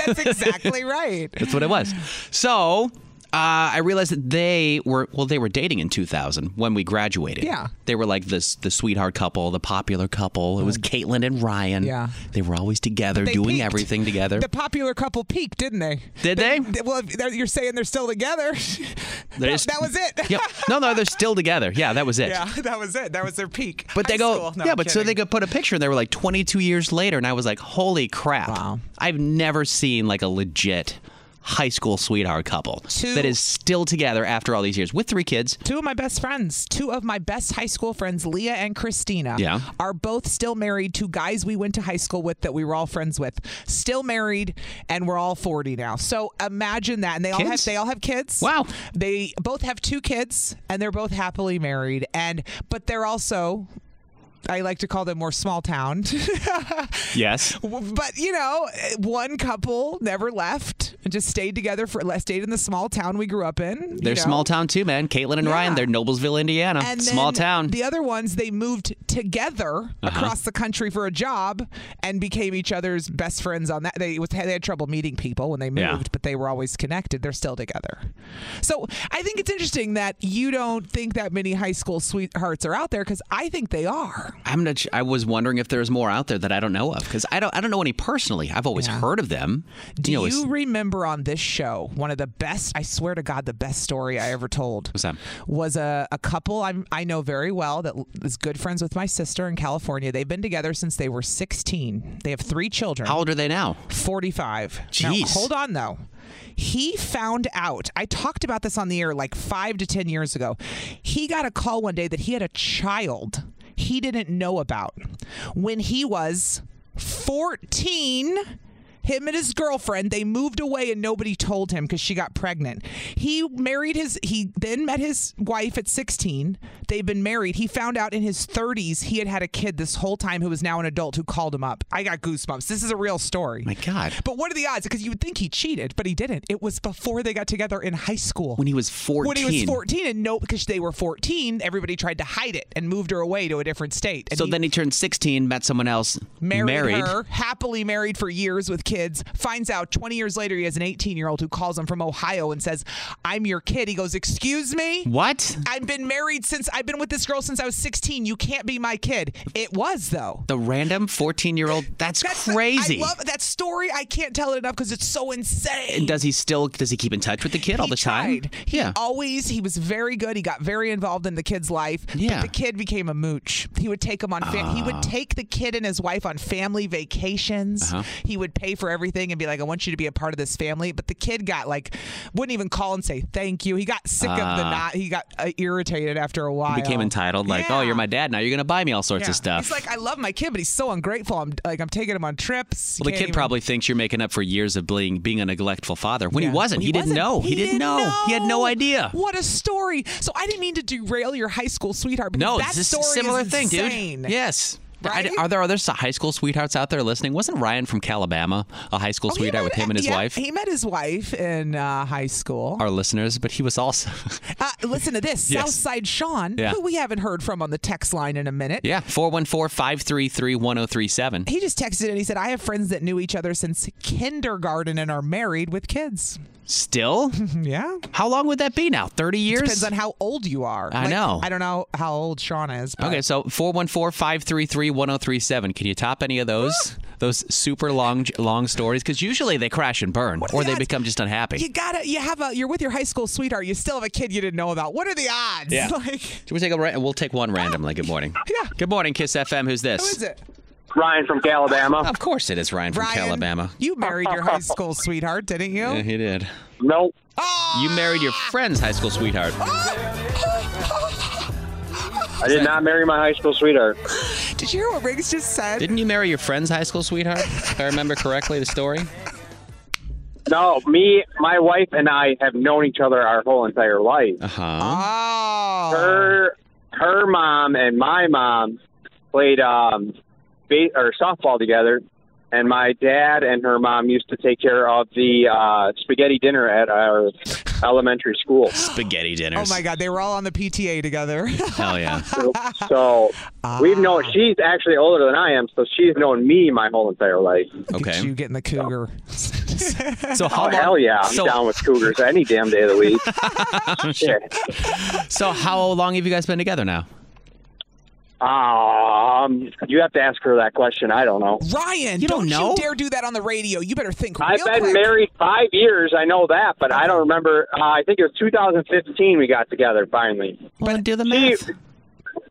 [SPEAKER 2] That's exactly right.
[SPEAKER 3] That's what it was. So uh, I realized that they were well, they were dating in 2000 when we graduated.
[SPEAKER 2] Yeah.
[SPEAKER 3] they were like this the sweetheart couple, the popular couple. It was Caitlin and Ryan.
[SPEAKER 2] Yeah.
[SPEAKER 3] they were always together,
[SPEAKER 2] They
[SPEAKER 3] doing
[SPEAKER 2] peaked.
[SPEAKER 3] everything together.
[SPEAKER 2] The popular couple peaked, didn't they?
[SPEAKER 3] Did they?
[SPEAKER 2] Well, if they're- you're saying they're still together. that,
[SPEAKER 3] They're just-
[SPEAKER 2] that was it.
[SPEAKER 3] yep. No, no, they're still together. Yeah, that was it.
[SPEAKER 2] Yeah, that was it. That was their peak.
[SPEAKER 3] But they
[SPEAKER 2] High
[SPEAKER 3] go,
[SPEAKER 2] school. No,
[SPEAKER 3] yeah.
[SPEAKER 2] I'm
[SPEAKER 3] But so
[SPEAKER 2] kidding.
[SPEAKER 3] they go put a picture, and they were like 22 years later, and I was like, holy crap! Wow. I've never seen like a legit high school sweetheart couple
[SPEAKER 2] Two-
[SPEAKER 3] that is still together after all these years with three kids.
[SPEAKER 2] Two of my best friends, two of my best high school friends, Leah and Christina,
[SPEAKER 3] Yeah.
[SPEAKER 2] are both still married to guys we went to high school with that we were all friends with. Still married, and we're all forty now. So imagine that, and they all have
[SPEAKER 3] Kids?
[SPEAKER 2] they all have kids. Wow, they both have two kids, and they're both happily married. And but they're also. I like to call them more small town.
[SPEAKER 3] Yes.
[SPEAKER 2] but you know, eh, one couple never left and just stayed together for stayed in the small town we grew up in. you
[SPEAKER 3] They're
[SPEAKER 2] know?
[SPEAKER 3] small town too, man. Caitlin and Ryan, they're Noblesville, Indiana.
[SPEAKER 2] And
[SPEAKER 3] small
[SPEAKER 2] then
[SPEAKER 3] town. Uh-huh.
[SPEAKER 2] The other ones, they moved together across the country for a job and became each other's best friends. On that, they was, they had trouble meeting people when they moved,
[SPEAKER 3] Yeah.
[SPEAKER 2] but they were always connected. They're still together. So I think it's interesting that you don't think that many high school sweethearts are out there because I think they are.
[SPEAKER 3] I'm not. su- I was wondering if there's more out there that I don't know of because I don't. I don't know any personally. I've always heard of them.
[SPEAKER 2] Do you,
[SPEAKER 3] know, it's-
[SPEAKER 2] remember on this show, one of the best, I swear to God, the best story I ever told
[SPEAKER 3] What's that?
[SPEAKER 2] was a, a couple I'm, I know very well that l- is good friends with my sister in California. They've been together since they were 16. They have three children. How
[SPEAKER 3] old are they now?
[SPEAKER 2] 45. Now,
[SPEAKER 3] Jeez.
[SPEAKER 2] hold on, though. He found out, I talked about this on the air like five to 10 years ago. He got a call one day that he had a child he didn't know about when he was 14 him and his girlfriend they moved away and nobody told him because she got pregnant he married his he then met his wife at 16 they've been married he found out in his 30s he had had a kid this whole time who was now an adult who called him up i got goosebumps this is a real story my
[SPEAKER 3] god
[SPEAKER 2] but what are the odds because you would think he cheated but he didn't it was before they got together in high school
[SPEAKER 3] When he was 14.
[SPEAKER 2] when he was 14 and no because they were 14 everybody tried to hide it and moved her away to a different state and
[SPEAKER 3] So then he turned 16, met someone else,
[SPEAKER 2] married, her, happily married for years with kids, finds out 20 years later he has an 18 year old who calls him from Ohio and says, I'm your kid. He goes, Excuse me?
[SPEAKER 3] What?
[SPEAKER 2] I've been married since I've been with this girl since I was 16. You can't be my kid. It was, though.
[SPEAKER 3] The random 14 year old? That's, crazy.
[SPEAKER 2] I love that story. I can't tell it enough because it's so insane.
[SPEAKER 3] and does he still, does he keep in touch with the kid all the time?
[SPEAKER 2] He
[SPEAKER 3] yeah.
[SPEAKER 2] always he was very good. He got very involved in the kid's life.
[SPEAKER 3] Yeah.
[SPEAKER 2] But the kid became a mooch. He would take him on fa- he
[SPEAKER 3] Ah.
[SPEAKER 2] would take the kid and his wife on family vacations.
[SPEAKER 3] Uh-huh.
[SPEAKER 2] He would pay for everything and be like, I want you to be a part of this family. But the kid got like wouldn't even call and say thank you. He got sick of the
[SPEAKER 3] Ah.
[SPEAKER 2] not he got uh, irritated after a while.
[SPEAKER 3] He became entitled, like, oh, you're my dad now. You're going to buy me all sorts
[SPEAKER 2] Yeah.
[SPEAKER 3] of stuff.
[SPEAKER 2] He's like, I love my kid, but he's so ungrateful. I'm like I'm taking him on trips.
[SPEAKER 3] well, the
[SPEAKER 2] Can't
[SPEAKER 3] kid
[SPEAKER 2] even-
[SPEAKER 3] probably thinks you're making up for years of being, being a neglectful father when he wasn't.
[SPEAKER 2] He
[SPEAKER 3] He, didn't
[SPEAKER 2] wasn't.
[SPEAKER 3] know. He, didn't, know. He had no idea.
[SPEAKER 2] What a story! So I didn't mean to derail your high school sweetheart. But
[SPEAKER 3] No,
[SPEAKER 2] that
[SPEAKER 3] it's a
[SPEAKER 2] story
[SPEAKER 3] similar
[SPEAKER 2] is
[SPEAKER 3] thing,
[SPEAKER 2] insane.
[SPEAKER 3] dude. Yes. I-
[SPEAKER 2] Right?
[SPEAKER 3] are there other s- high school sweethearts out there listening? Wasn't Ryan from Calabama a high school sweetheart with him and his
[SPEAKER 2] Oh, Yeah,
[SPEAKER 3] wife?
[SPEAKER 2] He met his wife in uh, high school.
[SPEAKER 3] Our listeners, but he was also
[SPEAKER 2] Uh, listen to this,
[SPEAKER 3] Yes.
[SPEAKER 2] Southside Sean,
[SPEAKER 3] Yeah.
[SPEAKER 2] who we haven't heard from on the text line in a minute.
[SPEAKER 3] yeah 414-533-1037.
[SPEAKER 2] He just texted and he said, "I have friends that knew each other since kindergarten and are married with kids."
[SPEAKER 3] Still?
[SPEAKER 2] yeah.
[SPEAKER 3] How long would that be now? 30 years?
[SPEAKER 2] Depends on how old you are.
[SPEAKER 3] I
[SPEAKER 2] Like,
[SPEAKER 3] know.
[SPEAKER 2] I don't know how old Sean is. But
[SPEAKER 3] Okay, so 414-533-1037. Can you top any of those? those super long long stories cuz usually they crash and burn or they become just unhappy.
[SPEAKER 2] You gotta. You have a. You're with your high school sweetheart. You still have a kid you didn't know about. What are the odds?
[SPEAKER 3] Yeah.
[SPEAKER 2] Like,
[SPEAKER 3] Should we take a ra- we'll take one randomly. Good morning. Yeah. Good morning Kiss FM. Who's this?
[SPEAKER 2] Who is it?
[SPEAKER 3] Ryan from Alabama. Of course it is Ryan from
[SPEAKER 2] Ryan,
[SPEAKER 3] Alabama.
[SPEAKER 2] you married your high school sweetheart, didn't you? Ah!
[SPEAKER 3] Yeah, he did.
[SPEAKER 7] Nope.
[SPEAKER 3] You married your friend's high school sweetheart.
[SPEAKER 10] I did not marry my high school sweetheart.
[SPEAKER 2] Did you hear what Riggs just said?
[SPEAKER 3] Didn't you marry your friend's high school sweetheart? if I remember correctly, the story.
[SPEAKER 10] No, me, my wife, and I have known each other our whole entire life. Uh
[SPEAKER 3] huh.
[SPEAKER 2] Ah.
[SPEAKER 10] Her, her mom and my mom played um, ba- or softball together, and my dad and her mom used to take care of the uh, spaghetti dinner at our elementary school.
[SPEAKER 3] Spaghetti
[SPEAKER 2] Oh
[SPEAKER 3] dinners.
[SPEAKER 2] my God, they were all on the PTA together.
[SPEAKER 3] Hell yeah.
[SPEAKER 10] So we've
[SPEAKER 2] Ah.
[SPEAKER 10] known. She's actually older than I am, so she's known me my whole entire life.
[SPEAKER 3] Okay.
[SPEAKER 2] you getting the cougar.
[SPEAKER 3] So
[SPEAKER 10] oh,
[SPEAKER 3] how long-
[SPEAKER 10] hell yeah, I'm
[SPEAKER 3] so-
[SPEAKER 10] down with cougars any damn day of the week. Shit.
[SPEAKER 3] so how long have you guys been together now?
[SPEAKER 10] Um, you have to ask her that question. I don't know.
[SPEAKER 2] Ryan,
[SPEAKER 10] You don't
[SPEAKER 2] don't,
[SPEAKER 10] know?
[SPEAKER 2] you dare do that on the radio. You better think
[SPEAKER 10] I've
[SPEAKER 2] real
[SPEAKER 10] been
[SPEAKER 2] quick.
[SPEAKER 10] married five years. I know that, but I don't remember. Uh, I think it was 2015 we got together finally.
[SPEAKER 3] Well, do the math.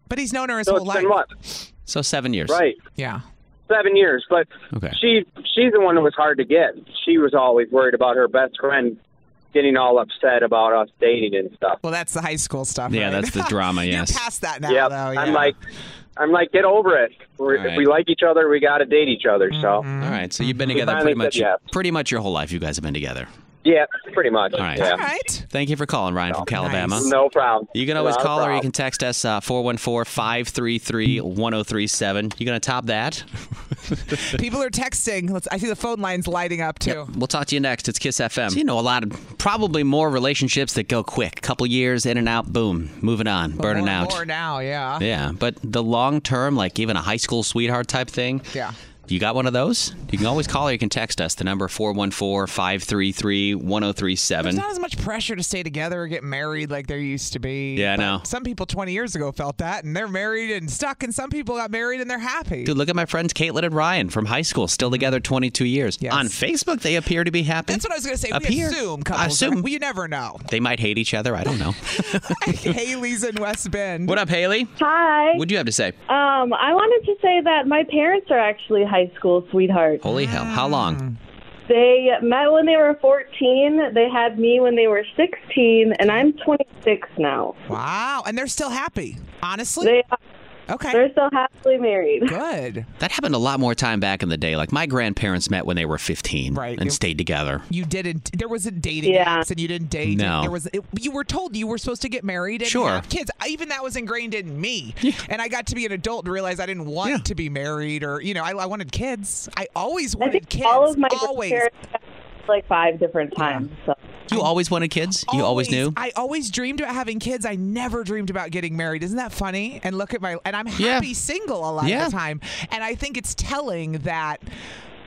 [SPEAKER 2] but he's known her his
[SPEAKER 10] so
[SPEAKER 2] whole
[SPEAKER 10] it's
[SPEAKER 2] life.
[SPEAKER 10] been what?
[SPEAKER 3] So seven years.
[SPEAKER 10] Right.
[SPEAKER 2] Yeah.
[SPEAKER 10] Seven years. But
[SPEAKER 3] Okay.
[SPEAKER 10] she she's the one who was hard to get. She was always worried about her best friend getting all upset about us dating and stuff.
[SPEAKER 2] Well, that's the high school stuff.
[SPEAKER 3] Yeah,
[SPEAKER 2] right?
[SPEAKER 3] that's the drama. Yes.
[SPEAKER 2] Past that now,
[SPEAKER 10] Yep.
[SPEAKER 2] though.
[SPEAKER 10] I'm
[SPEAKER 2] yeah.
[SPEAKER 10] like, I'm like, get over it. We're,
[SPEAKER 3] All right.
[SPEAKER 10] If we like each other, we got to date each other. So,
[SPEAKER 2] Mm-hmm.
[SPEAKER 3] All right. So you've been
[SPEAKER 10] We
[SPEAKER 3] together
[SPEAKER 10] finally
[SPEAKER 3] pretty much
[SPEAKER 10] said yes.
[SPEAKER 3] pretty much your whole life. You guys have been together.
[SPEAKER 10] yeah, pretty much.
[SPEAKER 3] All right.
[SPEAKER 10] Yeah.
[SPEAKER 3] All right. Thank you for calling, Ryan from Alabama.
[SPEAKER 10] No problem.
[SPEAKER 3] You can always
[SPEAKER 10] Not a
[SPEAKER 3] call or you
[SPEAKER 10] problem.
[SPEAKER 3] can text us uh, 414 533 1037. You going to top that?
[SPEAKER 2] People are texting. Let's, I see the phone lines lighting up too.
[SPEAKER 3] We'll talk to you next. It's Kiss FM. So you know a lot of probably more relationships that go quick. Couple years in and out, boom, moving on, burning
[SPEAKER 2] More and
[SPEAKER 3] out.
[SPEAKER 2] More now, yeah.
[SPEAKER 3] Yeah, but the long term, like even a high school sweetheart type thing.
[SPEAKER 2] Yeah.
[SPEAKER 3] You got one of those? You can always call or you can text us. The number 414 533
[SPEAKER 2] There's
[SPEAKER 3] 1037.
[SPEAKER 2] not as much pressure to stay together or get married like there used to be.
[SPEAKER 3] Yeah, I
[SPEAKER 2] But
[SPEAKER 3] know.
[SPEAKER 2] Some people 20 years ago felt that, and they're married and stuck, and some people got married and they're happy.
[SPEAKER 3] Dude, look at my friends Caitlin and Ryan from high school, still together 22 years. On Facebook, they appear to be happy.
[SPEAKER 2] That's what I was going to say.
[SPEAKER 3] Up
[SPEAKER 2] we
[SPEAKER 3] here.
[SPEAKER 2] assume
[SPEAKER 3] I
[SPEAKER 2] couples.
[SPEAKER 3] assume.
[SPEAKER 2] Are, we never know.
[SPEAKER 3] They might hate each other. I don't know.
[SPEAKER 2] Haley's in West Bend.
[SPEAKER 3] what up, Haley?
[SPEAKER 12] Hi.
[SPEAKER 3] What'd you have to say?
[SPEAKER 12] Um, I wanted to say that my parents are actually high school sweethearts.
[SPEAKER 3] Holy hell. How long?
[SPEAKER 12] They met when they were 14. They had me when they were 16, and I'm 26 now.
[SPEAKER 2] Wow. Oh, And they're still happy, honestly?
[SPEAKER 12] They are.
[SPEAKER 2] Okay.
[SPEAKER 12] They're still happily married.
[SPEAKER 2] Good.
[SPEAKER 3] That happened a lot more time back in the day. Like my grandparents met when they were 15
[SPEAKER 2] Right.
[SPEAKER 3] and stayed together.
[SPEAKER 2] You didn't. There wasn't dating
[SPEAKER 3] Yeah.
[SPEAKER 2] apps, and you didn't date.
[SPEAKER 3] No.
[SPEAKER 2] There was. It, you were told you were supposed to get married and
[SPEAKER 3] Sure.
[SPEAKER 2] have kids. I, even that was ingrained in me. And I got to be an adult and realize I didn't want to be married, or you know, I, I wanted kids. I always wanted kids.
[SPEAKER 12] All of my
[SPEAKER 2] always.
[SPEAKER 12] parents like five different times. So.
[SPEAKER 3] You always wanted kids? You always knew?
[SPEAKER 2] I always dreamed about having kids. I never dreamed about getting married. Isn't that funny? And look at my and I'm happy single a lot
[SPEAKER 3] Yeah.
[SPEAKER 2] of the time. And I think it's telling that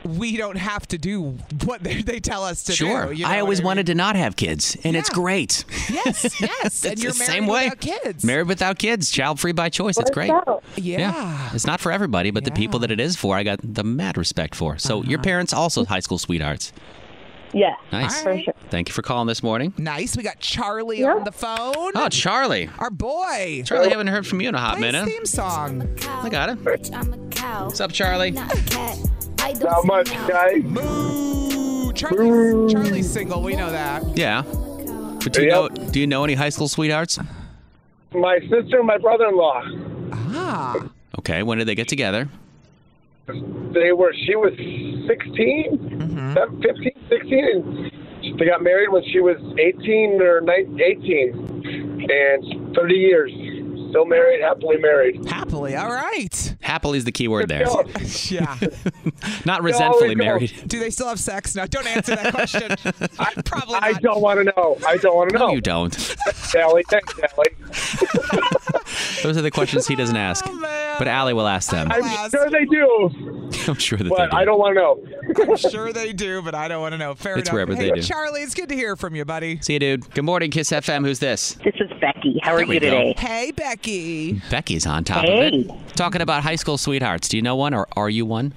[SPEAKER 2] we don't have to do what they, they tell us to
[SPEAKER 3] Sure.
[SPEAKER 2] do. you know
[SPEAKER 3] I
[SPEAKER 2] what
[SPEAKER 3] always
[SPEAKER 2] mean?
[SPEAKER 3] wanted to not have kids, and it's great.
[SPEAKER 2] Yes, yes. and
[SPEAKER 3] It's
[SPEAKER 2] you're
[SPEAKER 3] the
[SPEAKER 2] married
[SPEAKER 3] same way.
[SPEAKER 2] without kids.
[SPEAKER 3] Married without kids, child free by choice. It's great.
[SPEAKER 2] Yeah.
[SPEAKER 3] It's not for everybody, but the people that it is for, I got the mad respect for. So your parents also high school sweethearts.
[SPEAKER 12] Yeah.
[SPEAKER 3] Nice. Thank you for calling this morning.
[SPEAKER 2] Nice. We got Charlie on the phone.
[SPEAKER 3] Oh, Charlie.
[SPEAKER 2] Our boy.
[SPEAKER 3] Charlie, haven't heard from you in a hot
[SPEAKER 2] Play his
[SPEAKER 3] minute.
[SPEAKER 2] theme song.
[SPEAKER 3] I got it. What's up, Charlie?
[SPEAKER 2] Not much, guys. Boo. Charlie's, Charlie's single. We know that.
[SPEAKER 3] Yeah. But do you know do you know any high school sweethearts?
[SPEAKER 7] My sister and my brother-in-law.
[SPEAKER 2] Ah.
[SPEAKER 3] Okay, when did they get together?
[SPEAKER 7] They were. She was 16,
[SPEAKER 2] Mm-hmm.
[SPEAKER 7] seven- 15, 16, and they got married when she was 18 or 19, 18, and 30 years. Still married, happily married.
[SPEAKER 2] Happily, all right.
[SPEAKER 3] Happily is the key word there.
[SPEAKER 2] yeah.
[SPEAKER 3] Not resentfully married.
[SPEAKER 2] Do they still have sex? No, don't answer that question. Probably
[SPEAKER 7] I don't want to know. I don't want to know.
[SPEAKER 3] You don't.
[SPEAKER 7] Sally, thanks, Sally.
[SPEAKER 3] Those are the questions he doesn't ask.
[SPEAKER 7] Oh,
[SPEAKER 3] But Allie will ask them.
[SPEAKER 7] I'm sure they do,
[SPEAKER 3] I'm sure that
[SPEAKER 7] but I don't want to know.
[SPEAKER 2] I'm sure they do, but I don't want to know. Fair
[SPEAKER 3] It's
[SPEAKER 2] enough.
[SPEAKER 3] wherever
[SPEAKER 2] hey,
[SPEAKER 3] they do.
[SPEAKER 2] Charlie, it's good to hear from you, buddy.
[SPEAKER 3] See you, dude. Good morning, Kiss FM. Who's this?
[SPEAKER 13] This is Becky. How are
[SPEAKER 3] There we
[SPEAKER 13] you
[SPEAKER 3] go.
[SPEAKER 13] today?
[SPEAKER 2] Hey, Becky.
[SPEAKER 3] Becky's on top
[SPEAKER 13] Hey.
[SPEAKER 3] of it. Talking about high school sweethearts. Do you know one or are you one?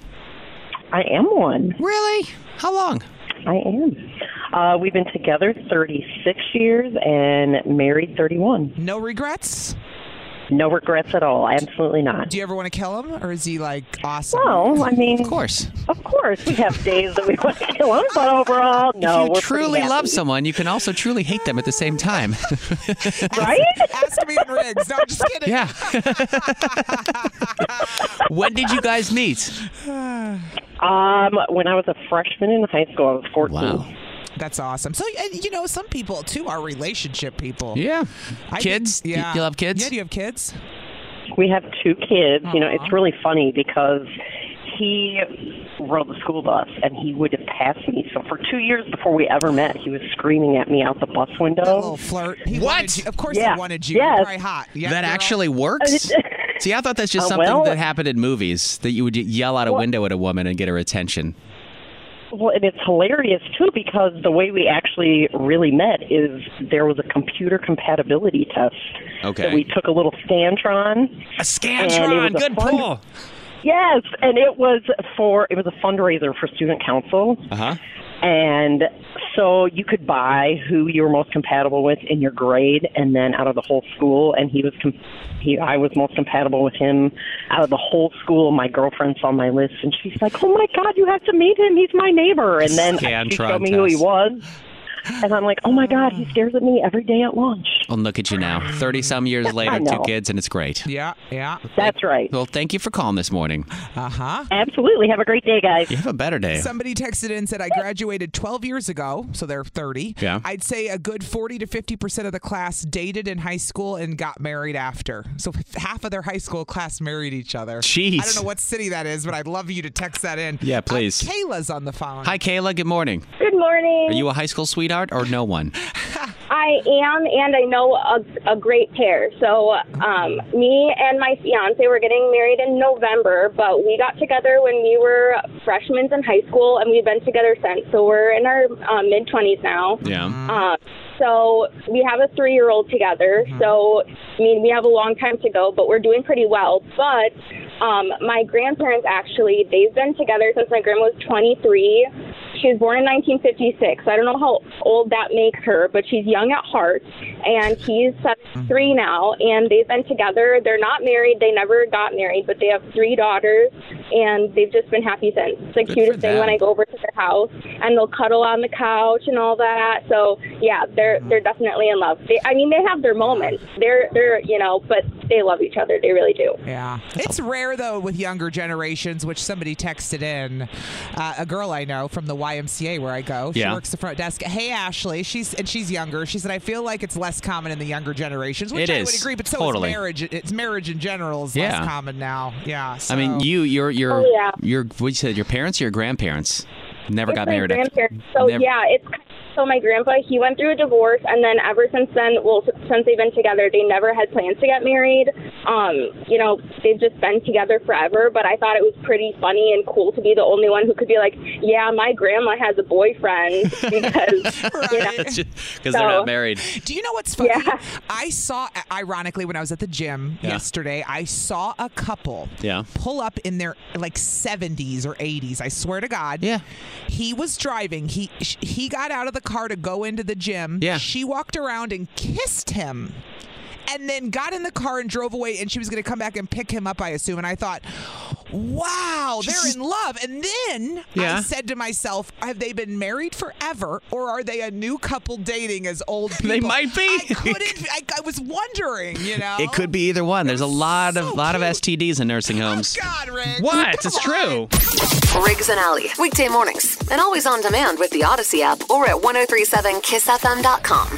[SPEAKER 13] I am one.
[SPEAKER 3] Really? How long?
[SPEAKER 13] I am. Uh, we've been together 36 years and married 31.
[SPEAKER 2] No regrets?
[SPEAKER 13] No regrets at all. Absolutely not.
[SPEAKER 2] Do you ever want to kill him, or is he like awesome?
[SPEAKER 13] Well, I mean, of
[SPEAKER 3] course,
[SPEAKER 13] of course, we have days that we want to kill him, but overall, no.
[SPEAKER 3] if
[SPEAKER 13] we're
[SPEAKER 3] you
[SPEAKER 13] pretty
[SPEAKER 3] truly
[SPEAKER 13] happy.
[SPEAKER 3] love someone, you can also truly hate them at the same time.
[SPEAKER 13] right?
[SPEAKER 2] Ask me and Riggs. No, I'm just kidding.
[SPEAKER 3] Yeah. when did you guys meet?
[SPEAKER 13] Um, when I was a freshman in high school, I was 14.
[SPEAKER 2] That's awesome. So, and you know, some people too are relationship people.
[SPEAKER 3] Yeah.
[SPEAKER 2] I
[SPEAKER 3] Kids?
[SPEAKER 2] think-
[SPEAKER 13] You-
[SPEAKER 2] yeah.
[SPEAKER 13] you have kids?
[SPEAKER 2] Yeah. Do you have kids?
[SPEAKER 13] We have two kids. You know, it's
[SPEAKER 2] Aw.
[SPEAKER 13] really funny because he rode the school bus and he would have passed me. So for two years before we ever met, he was screaming at me out the bus window.
[SPEAKER 2] A
[SPEAKER 3] Oh,
[SPEAKER 2] little flirt. He what? You. Of course,
[SPEAKER 13] Yeah.
[SPEAKER 2] he wanted you.
[SPEAKER 13] Yes.
[SPEAKER 2] You're probably hot. Yeah,
[SPEAKER 3] that
[SPEAKER 2] girl.
[SPEAKER 3] actually works? See, I thought that's just
[SPEAKER 13] Uh,
[SPEAKER 3] something
[SPEAKER 13] well-
[SPEAKER 3] that happened in movies that you would yell out a window at a woman and get her attention.
[SPEAKER 13] Well, and it's hilarious too because the way we actually really met is there was a computer compatibility test that
[SPEAKER 3] Okay.
[SPEAKER 13] we took a little scantron.
[SPEAKER 3] A
[SPEAKER 13] and it was a fund- Yes, and it was for it was a fundraiser for student council.
[SPEAKER 3] Uh huh.
[SPEAKER 13] And so you could buy who you were most compatible with in your grade, and then out of the whole school. And he was, com- he, I was most compatible with him out of the whole school. My girlfriend saw my list, and she's like, "Oh my God, you have to meet him. He's my neighbor." And then she
[SPEAKER 3] Scantron
[SPEAKER 13] showed me who he
[SPEAKER 3] test.
[SPEAKER 13] was, and I'm like, "Oh my God, he stares at me every day at lunch."
[SPEAKER 3] And look at you now. 30 some years later, two
[SPEAKER 13] know.
[SPEAKER 3] kids, and it's great.
[SPEAKER 2] Yeah, yeah.
[SPEAKER 13] That's right.
[SPEAKER 3] Well, thank you for calling this morning.
[SPEAKER 2] Uh huh.
[SPEAKER 13] Absolutely. Have a great day, guys.
[SPEAKER 3] You have a better day.
[SPEAKER 2] Somebody texted in and said, I graduated 12 years ago, so they're 30.
[SPEAKER 3] Yeah.
[SPEAKER 2] I'd say a good 40 to 50% of the class dated in high school and got married after. So half of their high school class married each other.
[SPEAKER 3] Jeez.
[SPEAKER 2] I don't know what city that is, but I'd love you to text that in. Uh,
[SPEAKER 3] Yeah, please.
[SPEAKER 2] Kayla's on the phone.
[SPEAKER 3] Hi, Kayla. Good morning.
[SPEAKER 12] Good morning.
[SPEAKER 3] Are you a high school sweetheart or no one?
[SPEAKER 14] I am, and I know a, a great pair. So, um, me and my fiance were getting married in November, but we got together when we were freshmen in high school, and we've been together since. So we're in our uh, mid twenties now.
[SPEAKER 3] Yeah.
[SPEAKER 14] Uh, so we have a three year old together. So, I mean, we have a long time to go, but we're doing pretty well. But um, my grandparents actually, they've been together since my grandma was 23. She was born in 1956. I don't know how old that makes her, but she's young at heart. And he's 73 now, and they've been together. They're not married. They never got married, but they have three daughters, and they've just been happy since. It's the
[SPEAKER 15] Good for
[SPEAKER 14] cutest thing when
[SPEAKER 15] them.
[SPEAKER 14] I go over to their house and they'll cuddle on the couch and all that. So yeah, they're
[SPEAKER 15] Mm-hmm.
[SPEAKER 14] they're definitely in love. They, I mean, they have their moments. They're they're you know, but they love each other. They really do.
[SPEAKER 2] Yeah. It's rare though with younger generations, which somebody texted in. Uh, a girl I know from the YMCA where I go. She
[SPEAKER 3] Yeah.
[SPEAKER 2] works the front desk. Hey Ashley, she's and she's younger. She said I feel like it's less common in the younger generations, which
[SPEAKER 3] It
[SPEAKER 2] I would
[SPEAKER 3] is.
[SPEAKER 2] agree. But so
[SPEAKER 3] Totally.
[SPEAKER 2] is marriage. It's marriage in general is
[SPEAKER 3] Yeah.
[SPEAKER 2] less common now. Yeah.
[SPEAKER 3] I mean,
[SPEAKER 2] so-
[SPEAKER 3] you, your, your,
[SPEAKER 14] Oh, yeah.
[SPEAKER 3] your, what you said, your parents or your grandparents never
[SPEAKER 14] It's
[SPEAKER 3] got
[SPEAKER 14] my
[SPEAKER 3] married. after-
[SPEAKER 14] grandparents. So
[SPEAKER 3] never-
[SPEAKER 14] yeah, it's so my grandpa he went through a divorce, and then ever since then, well, since they've been together, they never had plans to get married. Um, you know, they've just been together forever. But I thought it was pretty funny and cool to be the only one who could be like, yeah, my grandma has a boyfriend because you know.
[SPEAKER 3] Because they're not married.
[SPEAKER 2] Do you know what's funny? I saw, ironically, when I was at the gym
[SPEAKER 3] Yeah.
[SPEAKER 2] yesterday, I saw a couple
[SPEAKER 3] Yeah.
[SPEAKER 2] pull up in their like 70s or 80s. I swear to God.
[SPEAKER 3] Yeah.
[SPEAKER 2] He was driving. He sh- he got out of the car to go into the gym.
[SPEAKER 3] Yeah.
[SPEAKER 2] She walked around and kissed him. And then got in the car and drove away, and she was going to come back and pick him up, I assume. And I thought, wow, they're in love. And then I
[SPEAKER 3] Yeah.
[SPEAKER 2] said to myself, have they been married forever, or are they a new couple dating as old people?
[SPEAKER 3] They might be.
[SPEAKER 2] I couldn't. I, I was wondering, you know.
[SPEAKER 3] It could be either one.
[SPEAKER 2] Oh,
[SPEAKER 3] There's a lot of lot of STDs in nursing homes.
[SPEAKER 2] God, Rick.
[SPEAKER 3] What? it's true.
[SPEAKER 1] Riggs and Alley, weekday mornings, and always on demand with the Odyssey app or at 1037kissfm.com.